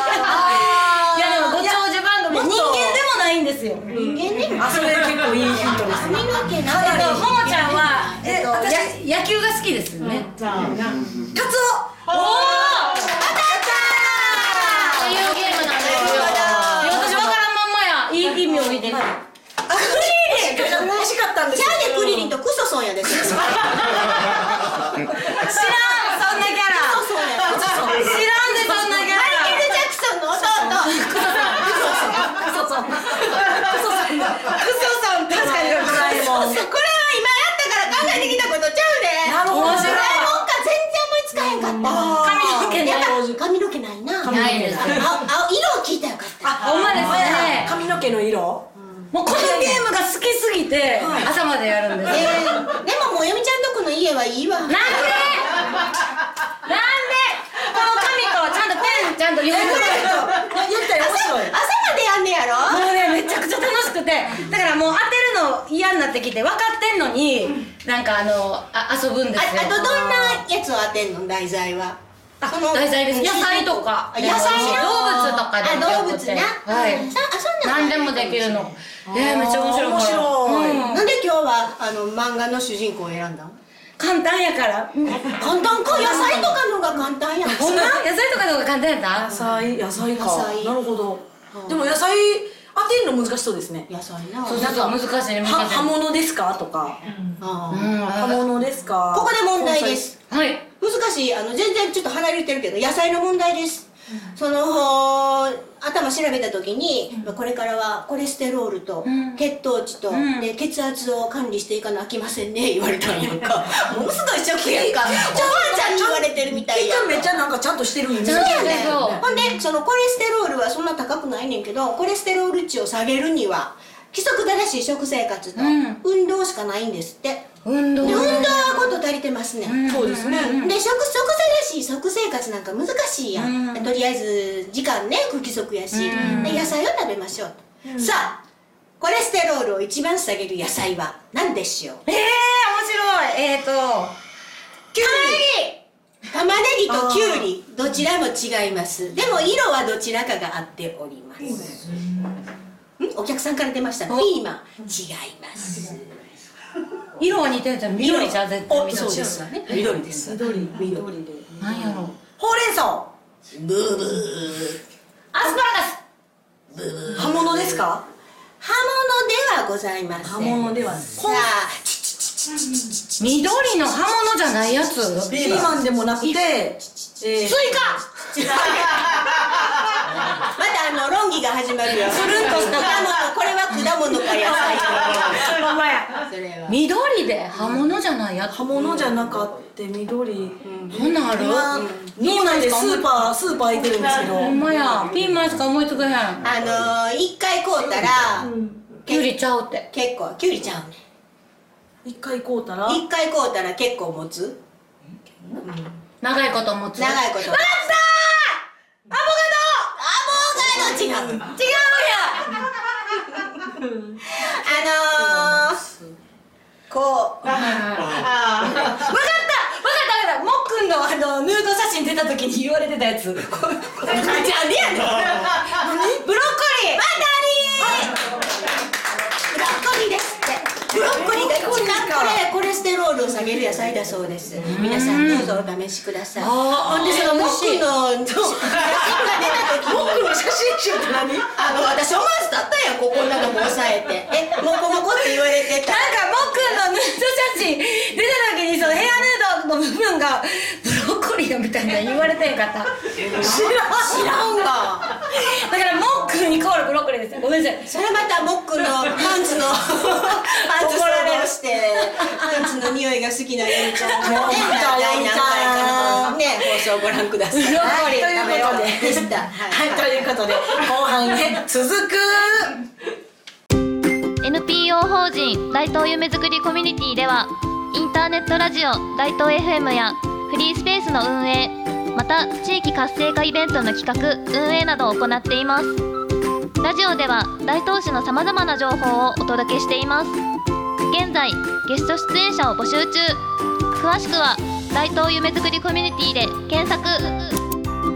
S3: いやでもご長寿番組
S1: もっと
S3: 人間でもないんですよ
S2: 人間でも
S1: あそれ結構いいヒントです
S2: 髪の毛
S3: え
S2: な
S3: っ
S2: い
S3: と
S2: の
S3: ほもちゃんはえっと
S1: 私
S3: や野球が好きですよね
S1: カツオ
S3: おおー
S5: というゲームなんですよ
S3: いや私わからんまんまやいい意味を見てる
S1: 惜しかったんです
S2: じゃあねクリリンとクソソンやですクソソンや
S3: 知らんそんなキャラ
S2: クソソン
S3: 知らんでそんなキャ
S2: マイケル・
S3: ラ
S2: ジャクソンの弟
S1: クソさんクソさんだ
S3: クソさん確かに
S1: ドラえも
S2: これは今
S1: ん
S2: やったから考えてきたことちゃうで
S1: なるほど
S2: ドラえもんか全然思いつかへんかった
S1: 髪の毛ない
S2: やっぱ髪の毛ないな
S1: 髪の
S5: ないです
S2: ああ色を聞いたらよかった
S1: あ
S3: ほんまですね
S1: 髪の毛の色
S3: もうこのゲームが好きすぎて朝までやるんです
S2: え
S3: よ
S2: ーでももうよみちゃんとこの家はいいわ
S3: なんでなんでこの紙とちゃんとペンちゃんと読む
S1: ややりたい面白
S2: 朝ま
S1: い
S2: でやんねやろ
S3: もうねめちゃくちゃ楽しくてだからもう当てるの嫌になってきて分かってんのになんかあのあ遊ぶん
S2: ああ
S3: ですよ
S2: とどんなやつを当てんの題材は
S3: あ
S2: その
S3: 題材です野菜とか
S2: あ野菜な
S5: 動物とかで
S2: あ動
S5: よ
S2: 物
S5: くて
S2: な
S5: はい
S2: うんさあそんなん
S5: 何でもできるの
S3: えーめっちゃ面白い
S1: 面白い
S3: うん
S2: なんで今日はあの漫画の主人公を選んだの
S3: 簡単やからほん
S2: 簡単か野菜とかのが簡単やん
S3: ま野菜とかの方が簡単やった
S1: 野菜野菜か
S2: 野菜
S1: なるほど
S2: うん
S1: でも野菜当てるの難しそうですね
S2: 野菜な
S5: そうそうそう難しいね難しい
S1: は刃物ですかとか
S2: あ
S5: う
S2: ー
S5: ん
S1: 刃物ですか
S2: ここで問題です
S5: はい
S2: 難しいあの全然ちょっと離れてるけど野菜の問題です、そのほー頭調べた時に、まあこれからはコレステロールと血糖値と、で血圧を管理していかなあきませんね言われたんやんかものすごいショックやんかちょおばあちゃんに言われてるみたい
S1: 期
S2: や
S1: 間
S2: ん
S1: めっちゃなんかちゃんとしてるイメージ
S5: ちゃんと
S2: そうやねん
S5: そう
S2: ほんでそのコレステロールはそんな高くないねんけどコレステロール値を下げるには規則正しい食生活と
S5: ん
S2: 運動しかないんですって、
S5: 運動
S2: で運動
S5: ね
S2: はこと足りてますね、
S1: そうですね
S2: で食食正しい食生活なんか難しいやん、とりあえず時間ね不規則やし、で野菜を食べましょうと、さあコレステロールを一番下げる野菜は何でしょう
S3: えー、面白いえーと
S2: きゅうり玉ねぎときゅうりどちらも違いますでも色はどちらかが合っております、んお客さんから出ましたピーマン違います
S3: 色は似てるじゃん緑じゃん絶対
S2: お
S3: 緑
S2: そうです
S3: なん
S2: 緑です
S1: 緑緑で
S5: 何やろう
S1: ほうれん草
S2: ブーブー
S3: アスパラガス
S1: 刃物ですか
S2: 刃物ではございません
S1: 刃物ではない
S2: さあ
S5: 緑の刃物じゃないやつス
S1: ピーマンでもなくてえー
S5: イカ
S2: またあの論議が始まるよ。
S3: つるんとした
S2: 果物これは果物か野菜か。
S3: ほんまや
S2: それは。
S5: 緑で刃物じゃないやつ
S1: 刃物じゃなかった緑
S5: そんなんある
S1: 今脳内でスーパースーパー行ってるんですけど
S5: ほんまやピーマンしか思いつくへん
S2: あのー、一回買うたら、
S5: キュウリちゃうって
S2: 結構キュウリちゃうね。
S1: 一回こうたら
S2: 一回買うたら結構持つ。
S5: 長いこと持つ
S2: 長いこと。わかったー。アボカド。アボカド違う。違うよ。あのー、こう。
S3: わかったわかったわかったもっくんのあのヌード写真出た時に言われてたやつこう
S2: じゃあ
S3: こう
S2: ねやねん。
S3: ブロッコリー
S2: ブロッコリーですってブロッコリーが一番これコレステロールを下げる野菜だそうです皆さんどうぞお試しください
S5: あー
S2: ほんでそのモックの写真が出た時モックの写真集って何あの私思わずだったやんここんなのも押さえてえモコモコって言われて
S3: なんか
S2: た
S3: 僕のヌード写真出た時にそのヘアヌードの部分がブロッコりよみたいな言われ てんかった
S2: 知らんわ
S3: だからモックイコールブロッコリーですよごめんなさい
S2: それまたモックのパンツのパンツ
S3: 怒られる
S2: 騒動してパンツの匂いが好きなゆみちゃんのね
S1: もう
S2: 第何回かのね放送をご覧ください
S3: ブロッコ
S1: は
S3: リ
S1: い、
S3: ー
S1: と
S2: 食べ
S1: いう
S2: よ
S1: こと
S2: う
S1: ででした。はい、ということで後半へ続く。
S6: NPO 法人大東夢づくりコミュニティではインターネットラジオ大東 FM やフリースペースの運営また地域活性化イベントの企画運営などを行っていますラジオでは大東市のさまざまな情報をお届けしています現在ゲスト出演者を募集中詳しくは大東夢づくりコミュニティで検索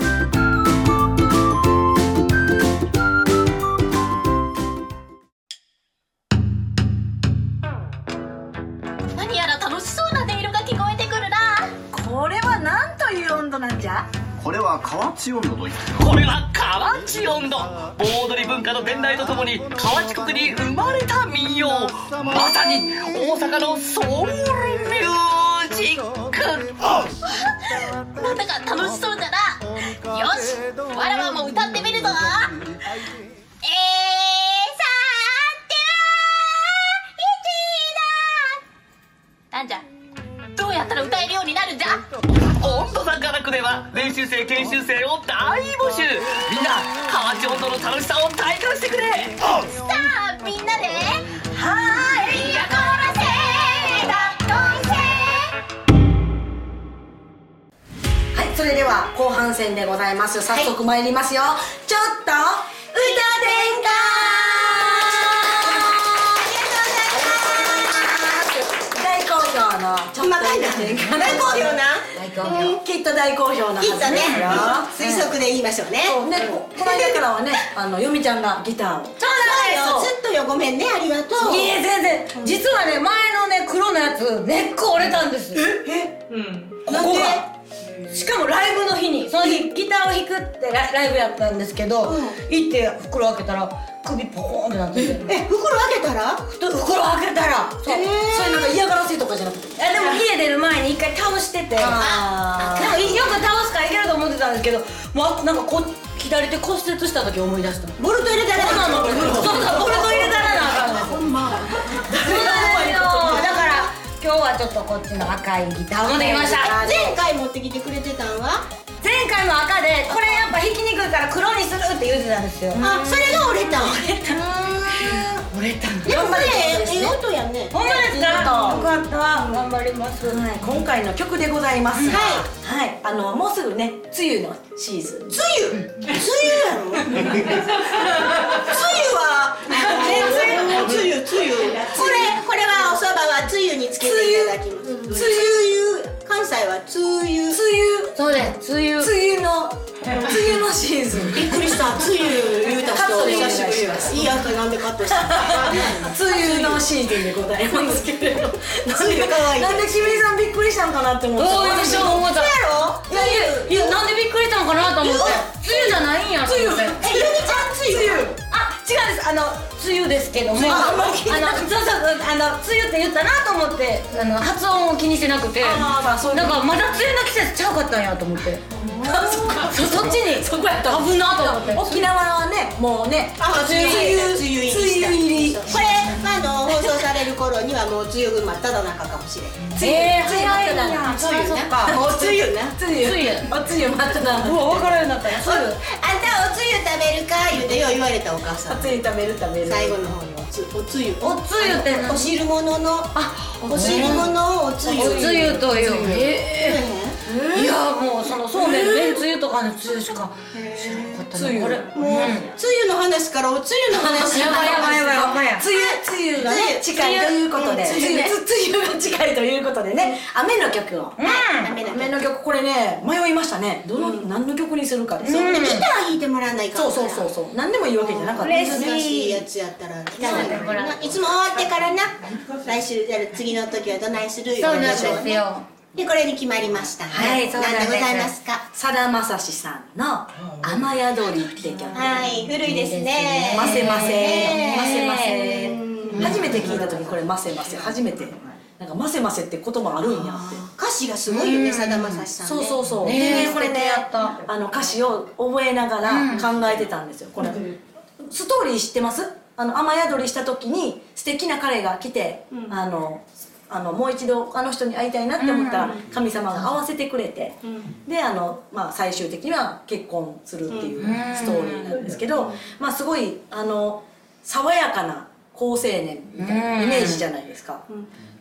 S6: 何やら楽しそうな音色が聞こえてくるな
S1: これは何という温度なんじゃ
S7: これは河内温度といって
S8: これは河内音頭盆踊り文化の伝来とともに河内国に生まれた民謡まさに大阪のソウルミュージック
S6: なんだか楽しそうだなよしわらわも歌ってみるぞえーさーてーいちーだなんじゃどうやったら歌えるようになるんじゃ
S8: 音頭さんからくでは練習生研修生を大募集みんな河内音頭の楽しさを体感してくれ
S6: さあみんなではーいやこらせーだっこいせー
S1: はいそれでは後半戦でございます早速参りますよ、ちょっと歌殿下大好評のちょっと
S2: 細かいな大好評な
S1: 大好評きっと大好評なはず
S2: いいとね
S1: よ
S2: 推測で言いましょうね
S1: そうねここの間からはねあのよみちゃんがギターをそう
S2: そうずっとよごめんねありがとう
S3: いいえ全然実はね前のね黒のやつ根っこ折れたんですえうんここがしかもライブの日にその日ギターを弾くってラライブやったんですけど、
S2: うん
S3: 行って袋開けたら首ポコーンってなってて
S2: え袋あげたら
S3: ふと袋開けたらそう、
S2: えー
S1: それなんか嫌がらせとかじゃなくて
S3: あでも家出る前に一回倒してて
S1: あ
S3: なんかよく倒すからいけると思ってたんですけどもうあなんかこ左手骨折した時思い出したそう
S2: ボルト入れたら
S3: なのそうそうボルト入れたらなあかんの
S2: ほんま
S3: そうなんですよだから今日はちょっとこっちの赤いギターを持ってきました
S2: 前回持ってきてくれてたんは
S3: 前回も赤でこれやっぱ弾きにくいから黒にするって言ってたんですよ
S2: あそれが折れたん
S3: 折れたの
S2: でもこれええ音やね
S3: ほんまですかよかった頑張ります
S1: はい、今回の曲でございますが、
S2: は
S1: はい、あのもうすぐね梅雨のシーズン
S2: 梅雨やろ梅雨は全然梅雨梅雨これこれはお蕎麦は梅雨につけていただきます梅雨関西は梅雨
S1: 梅
S3: そうです梅雨
S1: 雨梅雨の梅雨のシーズン
S2: びっくりした梅雨言うた人久しぶりですいい朝なんでカットした
S1: 梅雨のシーズンでございますけ れどなんで
S2: 雨可愛い
S1: なんで君さんびっくりしたんかなって思って
S3: どうでしょう思った
S2: ろ
S3: いやいやいやなんでびっくりしたのかなと思って梅雨じゃないんやと思って
S2: えゆみちゃん梅雨
S3: あ違うんですあの梅雨ですけどもあ
S2: あんま
S3: の
S2: り気にな
S3: そうそうあの梅雨って言ったなと思ってあの発音を気にしてなくて
S1: あーまあそういう
S3: な
S1: こと
S3: んかまだ梅雨の季節ちゃうかったんやと思って
S1: あそっか
S3: そそっちに
S1: そこやった
S3: 危なと思って
S1: 沖縄はねもうね
S2: あ梅雨梅雨入り
S1: 梅雨入り
S2: これあの放送される頃にはもう梅雨群馬ただ中かもしれん
S3: えー、
S1: 梅雨真っ
S3: 早い
S1: 只
S3: な
S1: 中
S2: 梅雨なもう梅雨な
S1: 梅雨
S3: 梅
S1: お
S3: 雨
S1: 梅雨まただ
S3: うわ分からんようになったよ
S2: あんたおつゆ食べるか言うてよう言われたお母さん
S1: お梅雨食べる食べる
S2: 最後の方におつおつゆ
S3: おつゆって何
S2: お汁物のお汁物をおつゆ
S3: おつゆというえ
S2: え
S3: ーいやもうそのそうめんめんつゆとかのつゆしか知らなかったねこれ
S2: もう、つゆの話からおつゆの話
S3: やばいやばいやばいやばい
S1: 梅雨梅雨が
S2: 梅
S1: ね
S2: 雨
S1: 近いということで梅
S2: 梅雨
S1: 雨梅雨が近いということでね雨の曲を
S3: うん
S2: 雨だ
S1: 雨の曲これね迷いましたねどの何の曲にするかで
S2: そ
S1: そ
S2: ん
S1: う
S2: なギター弾いてもらわないか
S1: そうそうそうそう何でもいいわけじゃなかった
S3: 嬉
S2: 難しいやつやったらギター弾いてもらわないいつも終わってからな来週やる次の時はどないする
S3: そうなん
S2: 言
S3: で
S2: まし
S3: す
S2: ょね
S3: よ
S2: でこれに決まりました
S1: はいそうなんで
S2: 何
S1: す
S2: でございますか
S1: さだまさしさんの「雨宿り」って曲
S2: はい古いですね
S1: ませませ
S2: ね
S1: ませませ初めて聞いた時これませませ初めてなんかませませって言葉あるんやって
S2: 歌詞がすごいよねさだまさしさんね
S1: そうそうそう、
S3: ね
S1: でね
S3: え
S1: これね
S3: やった
S1: あの歌詞を覚えながら考えてたんですよ、これ、ストーリー知ってますあの雨宿りした時に素敵な彼が来て、あのあのもう一度あの人に会いたいなって思ったら神様が会わせてくれて、であの、まあ、最終的には結婚するっていうストーリーなんですけど、まあ、すごいあの爽やかな好青年みたいなイメージじゃないですか、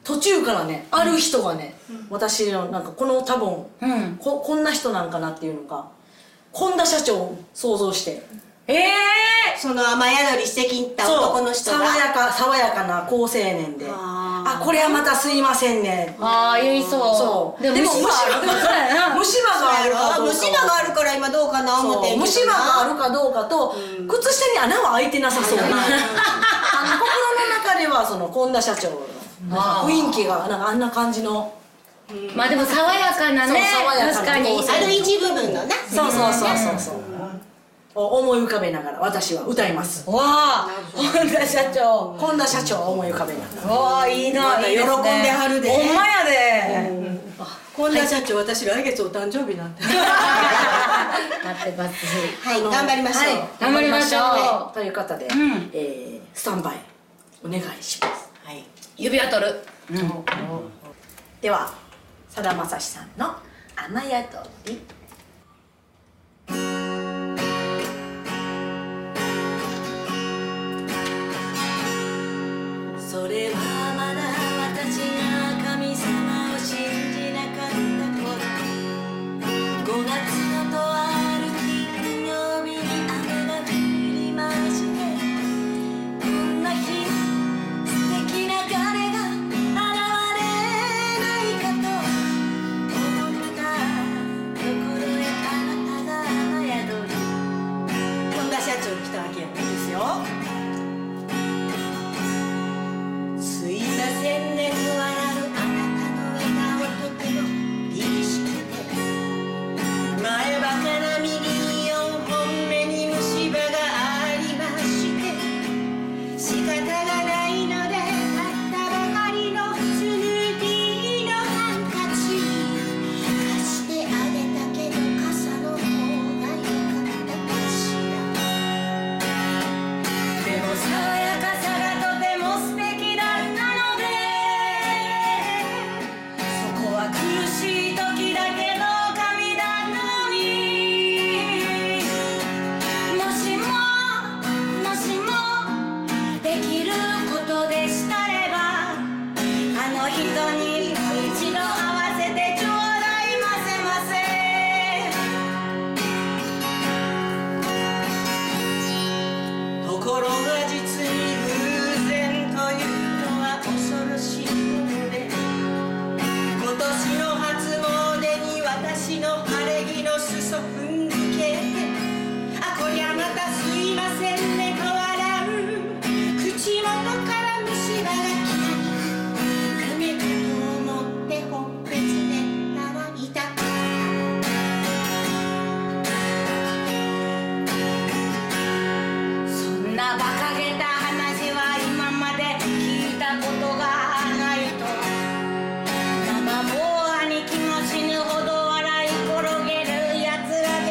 S1: 途中からねある人がね、私のなんかこの多分、
S3: うん
S1: ここんな人なんかなっていうのが本田社長を想像して
S3: ええ
S2: その雨宿りしてきた男の人
S1: そう爽
S2: が
S1: やか爽やかな好青年で
S2: あ
S1: あこれはまたすいませんね
S3: ああ言いそう
S1: そう
S3: でも虫歯あるそうやな
S1: 虫歯があるかどうか
S2: 虫歯があるから今どうかな思って
S1: そう虫歯があるかどうかと、靴下に穴は開いてなさ そうな、あの心の中ではその本田社長
S3: あ
S1: の
S3: ー
S1: 雰囲気がなんかあんな感じの
S3: まあでも爽やかなね
S1: そう爽やかな
S3: 確かに
S1: こう
S2: ある一部分のな
S1: そうそうそうそうそう、を思い浮かべながら私は歌います
S3: わあ本田社長
S1: 本田社長を思い浮かべながら
S3: わあいいな、
S2: まだ
S3: いいすね
S2: 喜んではるで
S3: ほんまやで
S1: 本田社長、私来月お誕生日 なんで
S3: 待ってます
S2: はい頑張りましょう
S1: はい
S3: 頑張りましょう
S1: はいということで、
S3: ん
S1: えースタンバイお願いしますはい
S3: 指輪取る
S1: ではさだまさしさんの「雨宿り」それはまだ私が神様を信じなかった頃5月のとある金曜日に雨が降りましてこんな日素敵な彼が現れないかと思ったところへあなたが雨宿り本田社長来たわけやないですよすいませんねと笑うあなたの笑顔とても凛々しくて前歯から右に4本目に虫歯がありまして仕方がないので買ったばかりのスヌーディーのハンカチ貸してあげたけど傘の方が良かったかしらでも爽やかさがとても素敵だったのでそこは苦しい時だけの神頼みもしももしもできることでしたればあの人に一度会わせてちょうだいませませところが実に偶然というのは恐ろしいことで今年の初詣に私の晴れ着の裾踏んづけてあこりゃまたすいませんね変わらん口元から虫歯が来た夢かと思ってほっぺつねったら痛かったそんな馬鹿げた話は今まで聞いたことがないと生もう兄貴も死ぬほど笑い転げるやつらが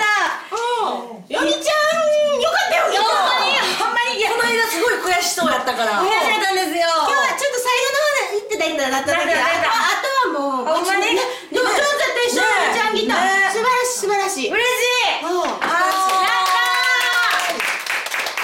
S2: よりちゃんよかったよよかった
S1: ほんまにいやこの間すごい悔しそうやったから
S3: やられたんですよ
S2: 今日はちょっと最後の方に行ってただいたらだったあとはもう
S3: ほんまに
S2: ねでも上手だったでしょ
S1: ね
S2: よりちゃんギター素晴らしい素晴らしい
S3: 嬉しい
S2: うん
S1: あ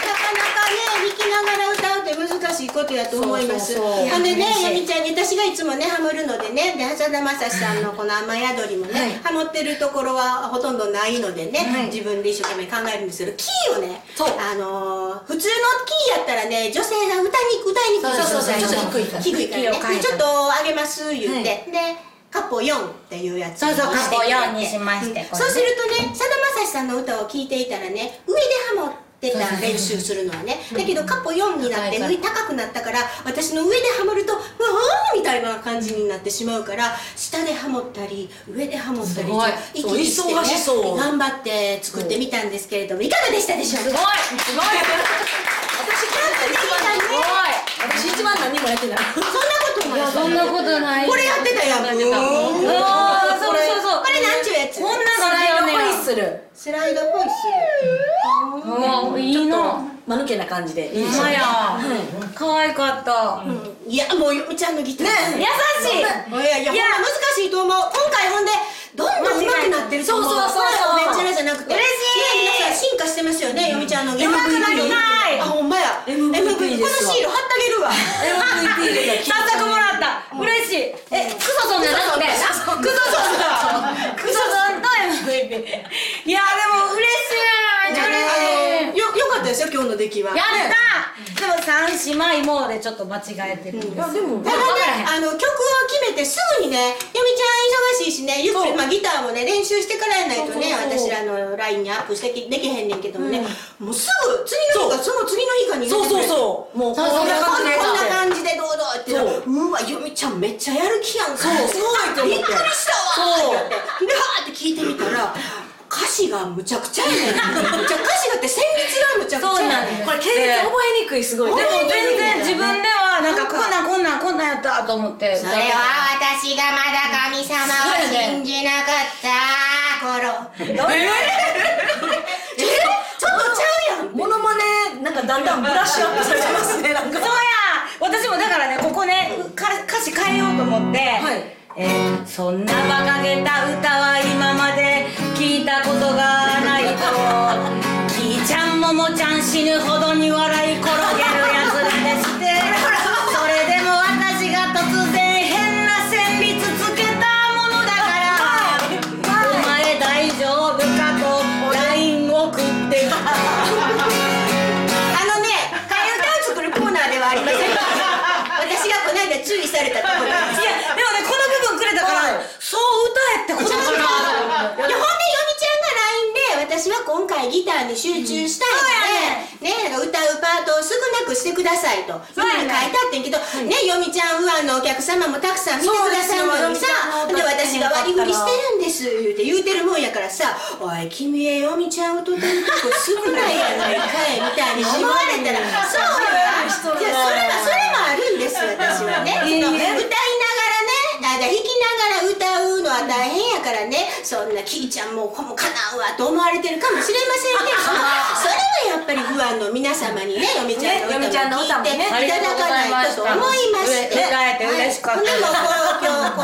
S2: なかなかね弾きながら歌うって難しいことやと思います
S1: そうそうそう
S2: ほんでねやみちゃんに私がいつもねハモるのでねで浅田真史さんのこの「雨宿り」もね、
S1: はい
S2: ハモってるところはほとんどないのでね、
S1: はい
S2: 自分で一生懸命考えるんですけどキーをね
S1: そう
S2: あのー普通のキーやったらね女性が歌に歌いにくい
S1: そうそうそうそうちょっと低いから
S2: 低いから
S3: キーを変え
S2: ね
S3: た
S2: でちょっと上げます言って、
S1: はい
S2: でカッポ4っていうやつ
S3: そうそ
S2: に
S3: う
S2: して
S3: カッポ4にしまして
S2: うん
S3: これね
S2: そうするとねさだまさしさんの歌を聴いていたらね上でハモってた練習するのはねだけどカッポ4になって上高くなったから私の上でハモるとうわーみたいな感じになってしまうから下でハモったり上でハモったり
S1: ごい
S2: 息にして、ね、
S1: そう忙しそう
S2: 頑張って作ってみたんですけれどもいかがでしたでしょうか
S3: すごい
S1: す ごい私キャンプ一番私一番何もやってない
S2: そんなことない
S5: そんなことない
S2: これやってたやんうーん
S3: うわーそうそうそう
S2: これなんちゅうやつ
S3: こんな
S1: ス
S3: の
S1: ライド
S3: ね
S1: ホイッスル
S2: スライドボイス
S5: うわいいな
S1: 間抜けな感じでいいで
S3: ほ
S1: す
S3: ん
S1: よ
S3: ま
S1: ね
S3: や可愛かった
S2: うんいやもうよみちゃんのギター
S3: 優しい
S2: いやいやほんま難しいと思う今回ほんでどんどん上手くなってると思う
S1: そうそうそう
S2: 前はおめんちゃらじゃなくて
S3: 嬉しい
S2: や皆さん進化してますよねよみちゃんのギター
S3: MVP
S2: あほんまや
S1: MVP
S2: このシール貼ってあげるわ
S1: MVP で聞いて
S3: 早速もらった嬉しいえクソソンじゃなくてクソソンクソソンと MVP いやでも嬉しいめっちゃ嬉しい
S2: よよかったですよ今日の出来は
S3: やったでも三姉妹もでちょっと間違えてるんです
S1: やでも
S2: ただねあ
S3: わ、
S2: の曲を決めてすぐにね、よみちゃん忙しいしね、ゆっくり、まあギターもね、練習してからやないとね、私らの LINE にアップしてきできへんねんけどもね、もうすぐ次の日がその次の日かに
S1: そうそう
S2: う。
S1: そうもうこん
S2: こん
S1: な
S2: な
S1: 感
S2: 感
S1: じ
S2: じ
S1: で
S2: で、こんな感じで堂々って言ったらうわ、よみちゃんめっちゃやる気やんか。そう、すごいと思って。びっくりしたわって言って、で、はーって聞いてみたら、歌詞がむちゃくちゃやねん。むちゃ歌詞がって旋律がむちゃくちゃ
S3: そうな
S2: や
S3: ん
S2: ね
S3: です
S1: これ系列覚えにくいすごいで
S3: で
S1: も
S3: も
S1: 全
S3: 全然
S1: 然
S3: 自
S1: 自分
S3: 分ではなんかこんなんこんなんこんなんやったと思って
S2: それは私がまだ神様を信じなかった頃。ええちょっとちゃうや ん。
S1: モノマネなんかだんだんブラッシュアップされてますねなん
S3: そう
S1: か
S3: や私もだからねここねか歌詞変えようと思って、
S1: い
S3: えーそんな馬鹿げた歌は今まで聞いたことがないと」「キイちゃんももちゃん死ぬほどに笑い転げるやつらでして」「それでも私が突然変な旋律つけたものだから」「お前大丈夫か?」と LINE を送ってきた
S2: あのね、替え歌を作るコーナーではありません。私がこの間注意されたところなんです
S3: いやでもねこの部分くれたから、そう歌えってことかなと思って
S2: いやほんでよみちゃんが LINE で私は今回ギターに集中したいので、ねなんか歌うパートを少なくしてくださいと
S3: そうや
S2: 今
S3: ね
S2: 書いてあってんけど、ねよみちゃん不安のお客様もたくさん見てくださるのにさ
S1: そ
S2: ほ
S1: う
S2: んで
S1: です
S2: 私
S1: よ
S2: が割り振りしてるんです言うて言うてるもんやからさ「おい君へよみちゃん歌ってるとこ少ないやないかい」みたいに思われたら「そうやいやそれはそれもあるんです私はね」
S3: いいね
S2: その歌いながらねあ弾きながら歌うのは大変やからねそんなキイちゃんもうこもかなうわと思われてるかもしれませんけれどもそれはやっぱり不安の皆様にねよみちゃんの
S1: ねよみちゃんの
S2: 歌も
S1: 歌も
S2: 聴いて
S1: ね
S2: いただかないとと思いまして
S3: ありがとうございました
S2: はい
S3: 歌えて嬉しかった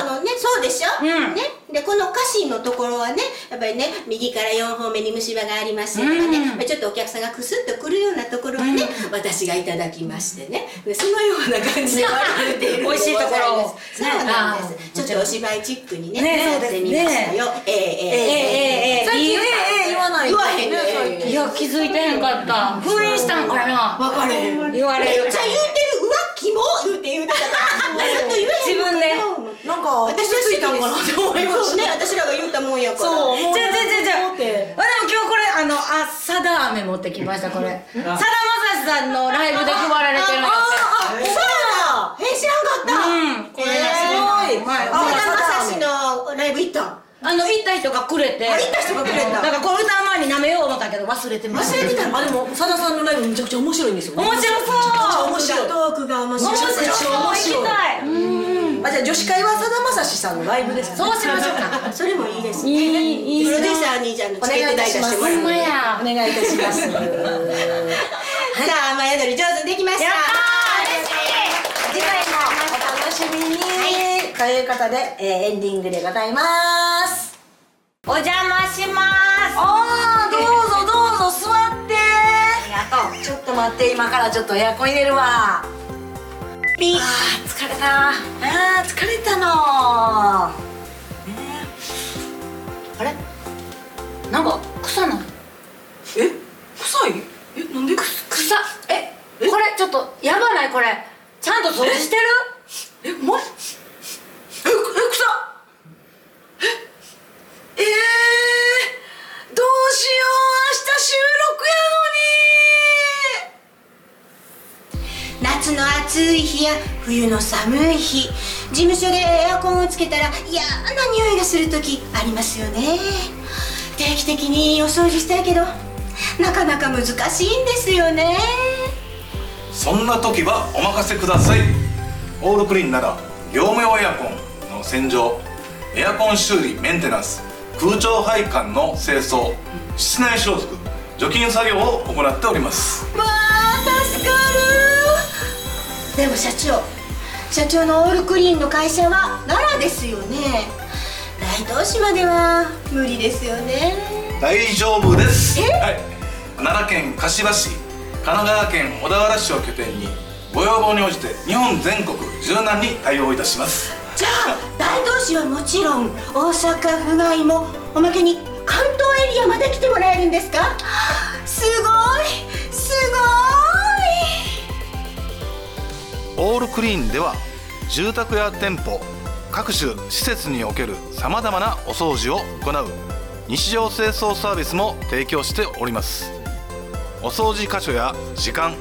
S2: ほんでもこの今日このねそうでしょ、
S3: ん
S2: ねでこの歌詞のところはねやっぱりね右から4本目に虫歯がありましてとかね、まあちょっとお客さんがくすっとくるようなところはね、私がいただきましてねでそのような感じで割り振っている
S3: 美味しいところを
S2: そうなんです、ちょっとお芝居チックにね
S3: ね
S2: やってみましたよ、ええええええええ
S3: ええええええ
S1: 最近ええええ言わない
S2: 言わへんね
S1: 最近
S5: いや気づいてへんかった封印したんかな
S2: 分かれへん
S3: 言われる
S2: めっちゃ言うてるうわキモ言うて言うてたからずっと言えへんのかな思って
S1: なんか私
S2: 私は
S1: ついたんかなって思いま
S2: そう
S1: し
S2: ね
S1: た
S2: 私らが言うたもんやから
S1: そう
S3: じゃ
S1: もう
S3: じゃじゃ
S1: 思っ
S3: じ
S1: て
S3: ゃあでも今日これあのあさだ飴持ってきましたこれさだまさしさんのライブで配られてるんや
S2: あそうなえ知らんかった
S3: うんこれ
S2: えー
S3: すごいはい
S2: さだまさしのライブ行った
S3: あの行った人がくれて
S2: あ行った人がくれた
S3: なんかこれ歌う前に舐めよう思ったけど忘れてました
S2: 忘れてた
S1: あでもさださんのライブめちゃくちゃ面白いんですよ
S3: 面白そう
S1: 面白い
S2: トークが面白い
S1: 面白い
S3: 面白い
S1: 面白いさしさんのライブですね
S5: そうしましょうか。
S2: それもいいです
S5: い
S2: ね
S5: い、いい
S2: プ
S5: な。
S2: ロデューサーにじゃあの
S1: お
S2: チケッ
S1: 願い
S2: ト
S1: いた
S2: 代
S1: し
S2: 出
S1: ま
S2: し
S1: す
S2: てもら
S1: お
S2: っ
S5: ほ
S2: て
S5: んま
S2: さ
S5: や
S1: 願いいたします
S2: あ雨宿り上手にできました
S3: や
S1: 次回もお楽しみに、ということで、えーエンディングでございます
S3: お邪魔します
S1: ああどうぞどうぞ座って
S3: ありがとう
S1: ちょっと待って今からちょっとエアコン入れるわあ
S2: ピー
S1: ー疲れたあー疲れたの
S5: なんか、草ない。
S1: え臭いえなんで
S5: 草。え、これちょっと、やばないこれ。ちゃんと掃除してる
S1: えまええ臭ええー、どうしよう明日収録
S2: 夏
S1: やのに
S2: の暑い日や冬の寒い日事務所でエアコンをつけたら嫌な匂いがする時ありますよね定期的にお掃除したいけどなかなか難しいんですよね
S4: そんな時はお任せくださいオールクリーンなら業務用エアコンの洗浄エアコン修理メンテナンス空調配管の清掃室内消毒除菌作業を行っております
S2: わあ助かるでも社長社長のオールクリーンの会社は奈良ですよね大東市までは無理ですよね
S4: 大丈夫です、
S2: え
S4: はい、奈良県柏市神奈川県小田原市を拠点にご要望に応じて日本全国柔軟に対応いたします
S2: じゃあ大東市はもちろん大阪府外もおまけに関東エリアまで来てもらえるんですかすごいすご
S4: オールクリーンでは住宅や店舗各種施設におけるさまざまなお掃除を行う日常清掃サービスも提供しておりますお掃除箇所や時間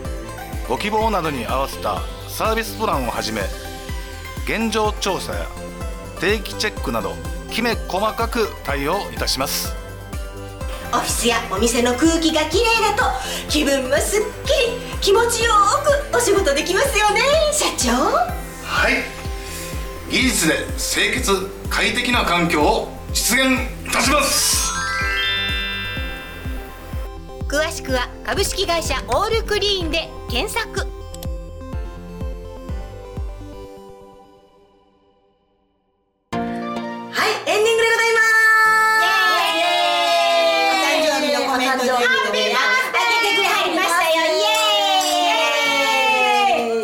S4: ご希望などに合わせたサービスプランをはじめ現状調査や定期チェックなどきめ細かく対応いたします
S2: いオフィスやお店の空気がきれいだと気分もすっきり気持ちよくお仕事できますよね社長
S4: はい技術で清潔快適な環境を実現いたします
S2: 詳しくは株式会社オールクリーンで検索イ
S1: はいエンディングでございます
S2: エーイお誕生日のコメント
S1: お誕生
S2: ハッピーバースデー
S1: 開けてくれはりましたよ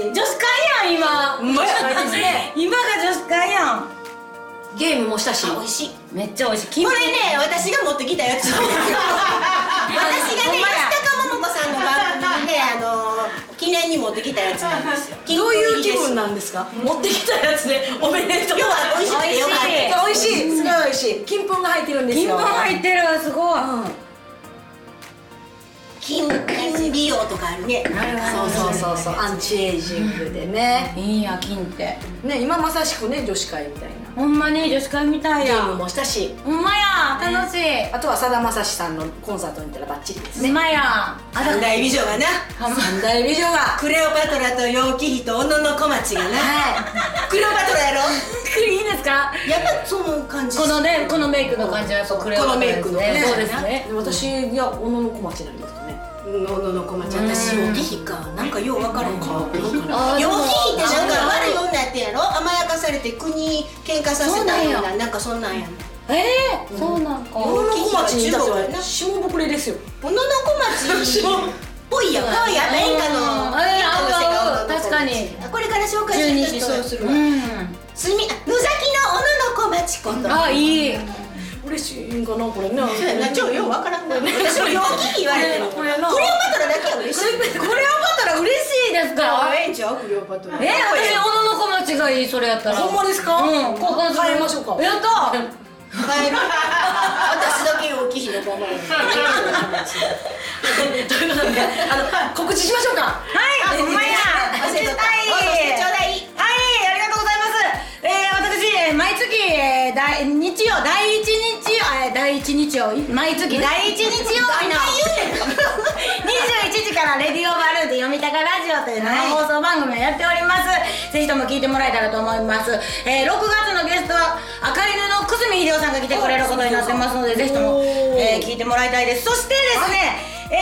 S1: イエーイ
S5: 女子会やん、今。
S3: 今が女子会やん
S5: ゲームもしたし。
S2: 美味しい
S3: めっちゃ美味しい
S2: これね私が持ってきたやつ私がね吉高桃子さんの番組であの記念に持ってきたやつなん ですよ
S1: どういう気分
S2: な
S1: なんですか
S5: 持ってきたやつで、おめでとう。
S2: 今日は美味しくてよかっ
S3: 美味しい
S1: 美味しいすごい美味しい金粉が入ってるんです
S3: 金
S1: よ
S3: 粉入ってるすごい、
S2: た金金美容とかあるね
S1: そうそうそうそうアンチエイジングでね、
S3: いいや金って
S1: ね今まさしくね女子会みたいな
S3: ほんまに女子会みたい
S1: ゲ
S3: や
S1: ーム
S3: ん
S1: もしたし
S3: ほんまや楽しい
S1: あとはさだまさしさんのコンサートに行ったらバッチリ です
S3: ほんまや
S2: 三大美女がな
S1: 三大美女が
S2: クレオパトラと楊貴妃と小野小町がな
S1: はい
S2: クレオパトラやろ
S3: いいですか
S2: やっぱその感じ
S3: このねこのメイクの感じはそうクレオパトラで
S2: こ
S3: す
S2: のメイ
S3: ね
S2: クの
S3: そうですね
S1: で私が小野の小町になりますかね
S2: うん小野小町私楊貴妃かなんかようわからんか
S3: あー
S2: 楊貴妃ってなんか
S3: あ
S2: 悪い女やってやろ甘やかされて国喧嘩させたようななんかそんなんやん
S3: ーえーそうなんか
S1: 小野小町にいたって
S2: 中国やな
S1: 下僕れですよ
S2: 小野の小町っぽいやん可愛いやっぱ演歌の演歌
S3: うん
S2: の世界
S3: 合う合
S2: 小
S3: う
S2: 野小町
S3: 確かに
S2: これから紹介する人にそうするわ
S3: うん
S2: すみあ野崎の小野の小町こと
S3: あいい
S1: 嬉しいんかなこれね
S2: そうやなちょようわからんな私もよう聞き言われてる
S1: こ
S2: ク
S1: れ
S2: レオ
S1: な
S2: パトラだけは嬉しい
S3: クレオパトラ嬉しいですからえ
S2: えんちゃうクレオパトラ
S3: 私小野の小町がいいそれやったら
S1: ほんまですか
S3: うん
S1: 交換変えましょうか
S3: やったー
S2: 帰る私だけ楊貴妃のままや
S1: ということであの告知しましょうか
S3: は
S1: あ
S3: い、ほん まや
S2: 忘れとった
S3: はい
S2: お年ちょうだい
S3: はい、ありがとうございますえー、私、えー毎月、えー、第日曜、第一日曜、えー、第一日曜毎月、第一日曜日のに21時から「レディオバルーンで読みたかラジオ」という生放送番組をやっております、ぜひとも聞いてもらえたらと思います、えー6月のゲストは赤犬の久住秀夫さんが来てくれることになってますのでぜひとも、えー聞いてもらいたいですそしてですね、え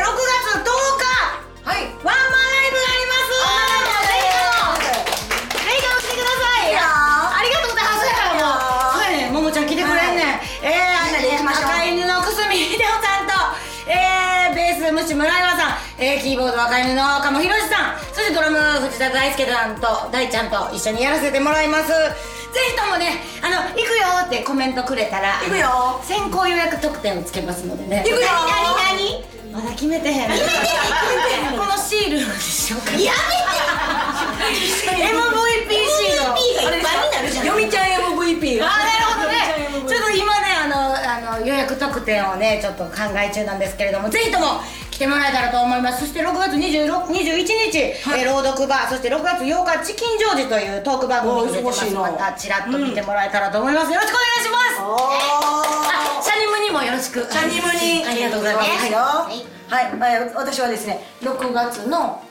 S3: ー6月10日、はい、ワンマンライブがありますぜひともぜひとも来てくださいありがとうございますそうやもうそうやねももちゃん来てくれんねん、えー、
S1: みんなで行きましょう
S3: 赤犬の久住秀夫さんと、えー、ベースムシ村岩さん、えー、キーボード赤犬の鴨博さんそしてドラム藤田大輔さんと大ちゃんと一緒にやらせてもらいますぜひともねあの行くよってコメントくれたら
S1: 行くよ
S3: 先行予約特典をつけますのでね
S1: 行くよ
S3: 何何まだ決めてへん決めてこのシールにしようかや
S2: がいっぱ
S3: めて MVP シールを
S2: いになるじゃん
S1: よみちゃん MVP
S3: あーなるほどねちょっと今ねあのあの予約特典をねちょっと考え中なんですけれどもぜひとも来てもらえたらと思いますそして6月26 21日、えー朗読バーそして6月8日チキンジョージというトーク番組に出てま
S1: おー忙し
S3: す
S1: いな
S3: またちらっと見てもらえたらと思います、よろしくお願いします
S1: おー
S5: あシャニムにもよろしく
S1: チャニムに
S5: ありがとうございます
S1: はいよはい、えー私はですね6月の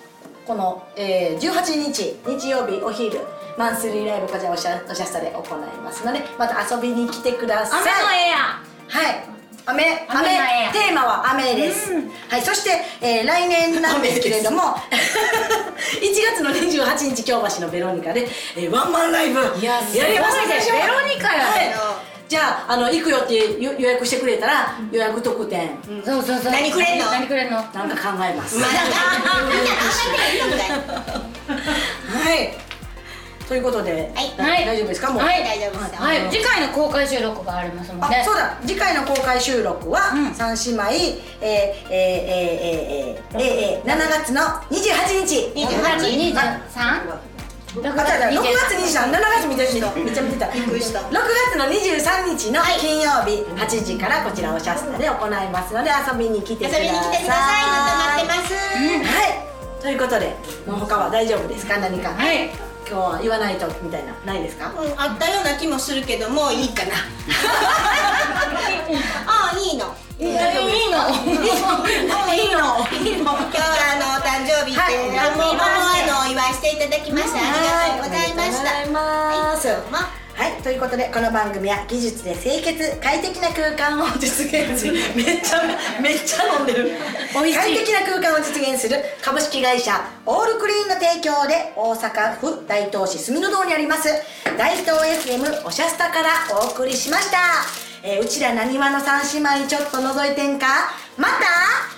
S1: この、えー、18日日曜日お昼マンスリーライブこちらおしゃおしゃスタで行いますのでまた遊びに来てください
S5: 雨の絵や
S1: はい雨雨
S5: 雨の絵
S1: テーマは雨です、はい、そして、えー来年なんですけれども1月の28日京橋のベロニカで、えーワンマンライブやります
S5: すごいね
S1: 私は
S5: ベロニカや
S1: はいじゃああの行くよって予予約してくれたら予約特典、
S3: そうそうそう
S2: 何くれんの
S3: 何くれんの
S1: なんか考えます。
S2: まだかみんな考えてないのだよ
S1: はい。ということで、
S2: はい
S1: 大大丈夫ですかもう。
S3: はい
S2: 大丈夫ですよ
S5: はい次回の公開収録がありますもん
S1: あ、
S5: ね
S1: そうだ。次回の公開収録は
S3: うん
S1: 三姉妹えーえーえーえーえーえーえー7月の28日。
S2: 28
S5: 23?
S1: あ、だから6月23、7月見てる人、めっちゃ見てた。
S2: びっくりした
S1: 6月の23日の金曜日8時からこちらおしゃスタで行いますので遊びに来て
S2: 遊
S1: ください。
S2: びに来てくださいまた待ってます、
S1: はい。ということで、もう他は大丈夫ですか何か。
S3: はい
S1: 今日は言わないとみたいなないですか？
S2: うん、あったような気もするけどもういいかなああいいの
S3: いいの
S1: いいの。
S2: 今日はあのお誕生日で、
S1: はい
S2: あのあのお祝いしていただきましてありがとうございました
S1: ありがとうございます。
S2: まあ
S1: はい、ということでこの番組は技術で清潔快適な空間を実 現するめっちゃめっちゃ飲んでる
S5: 美味しい
S1: 快適な空間を実現する株式会社オールクリーンの提供で大阪府大東市住の堂にあります大東 FM おしゃスタからお送りしました、えーうちらなにわの三姉妹ちょっと覗いてんかまた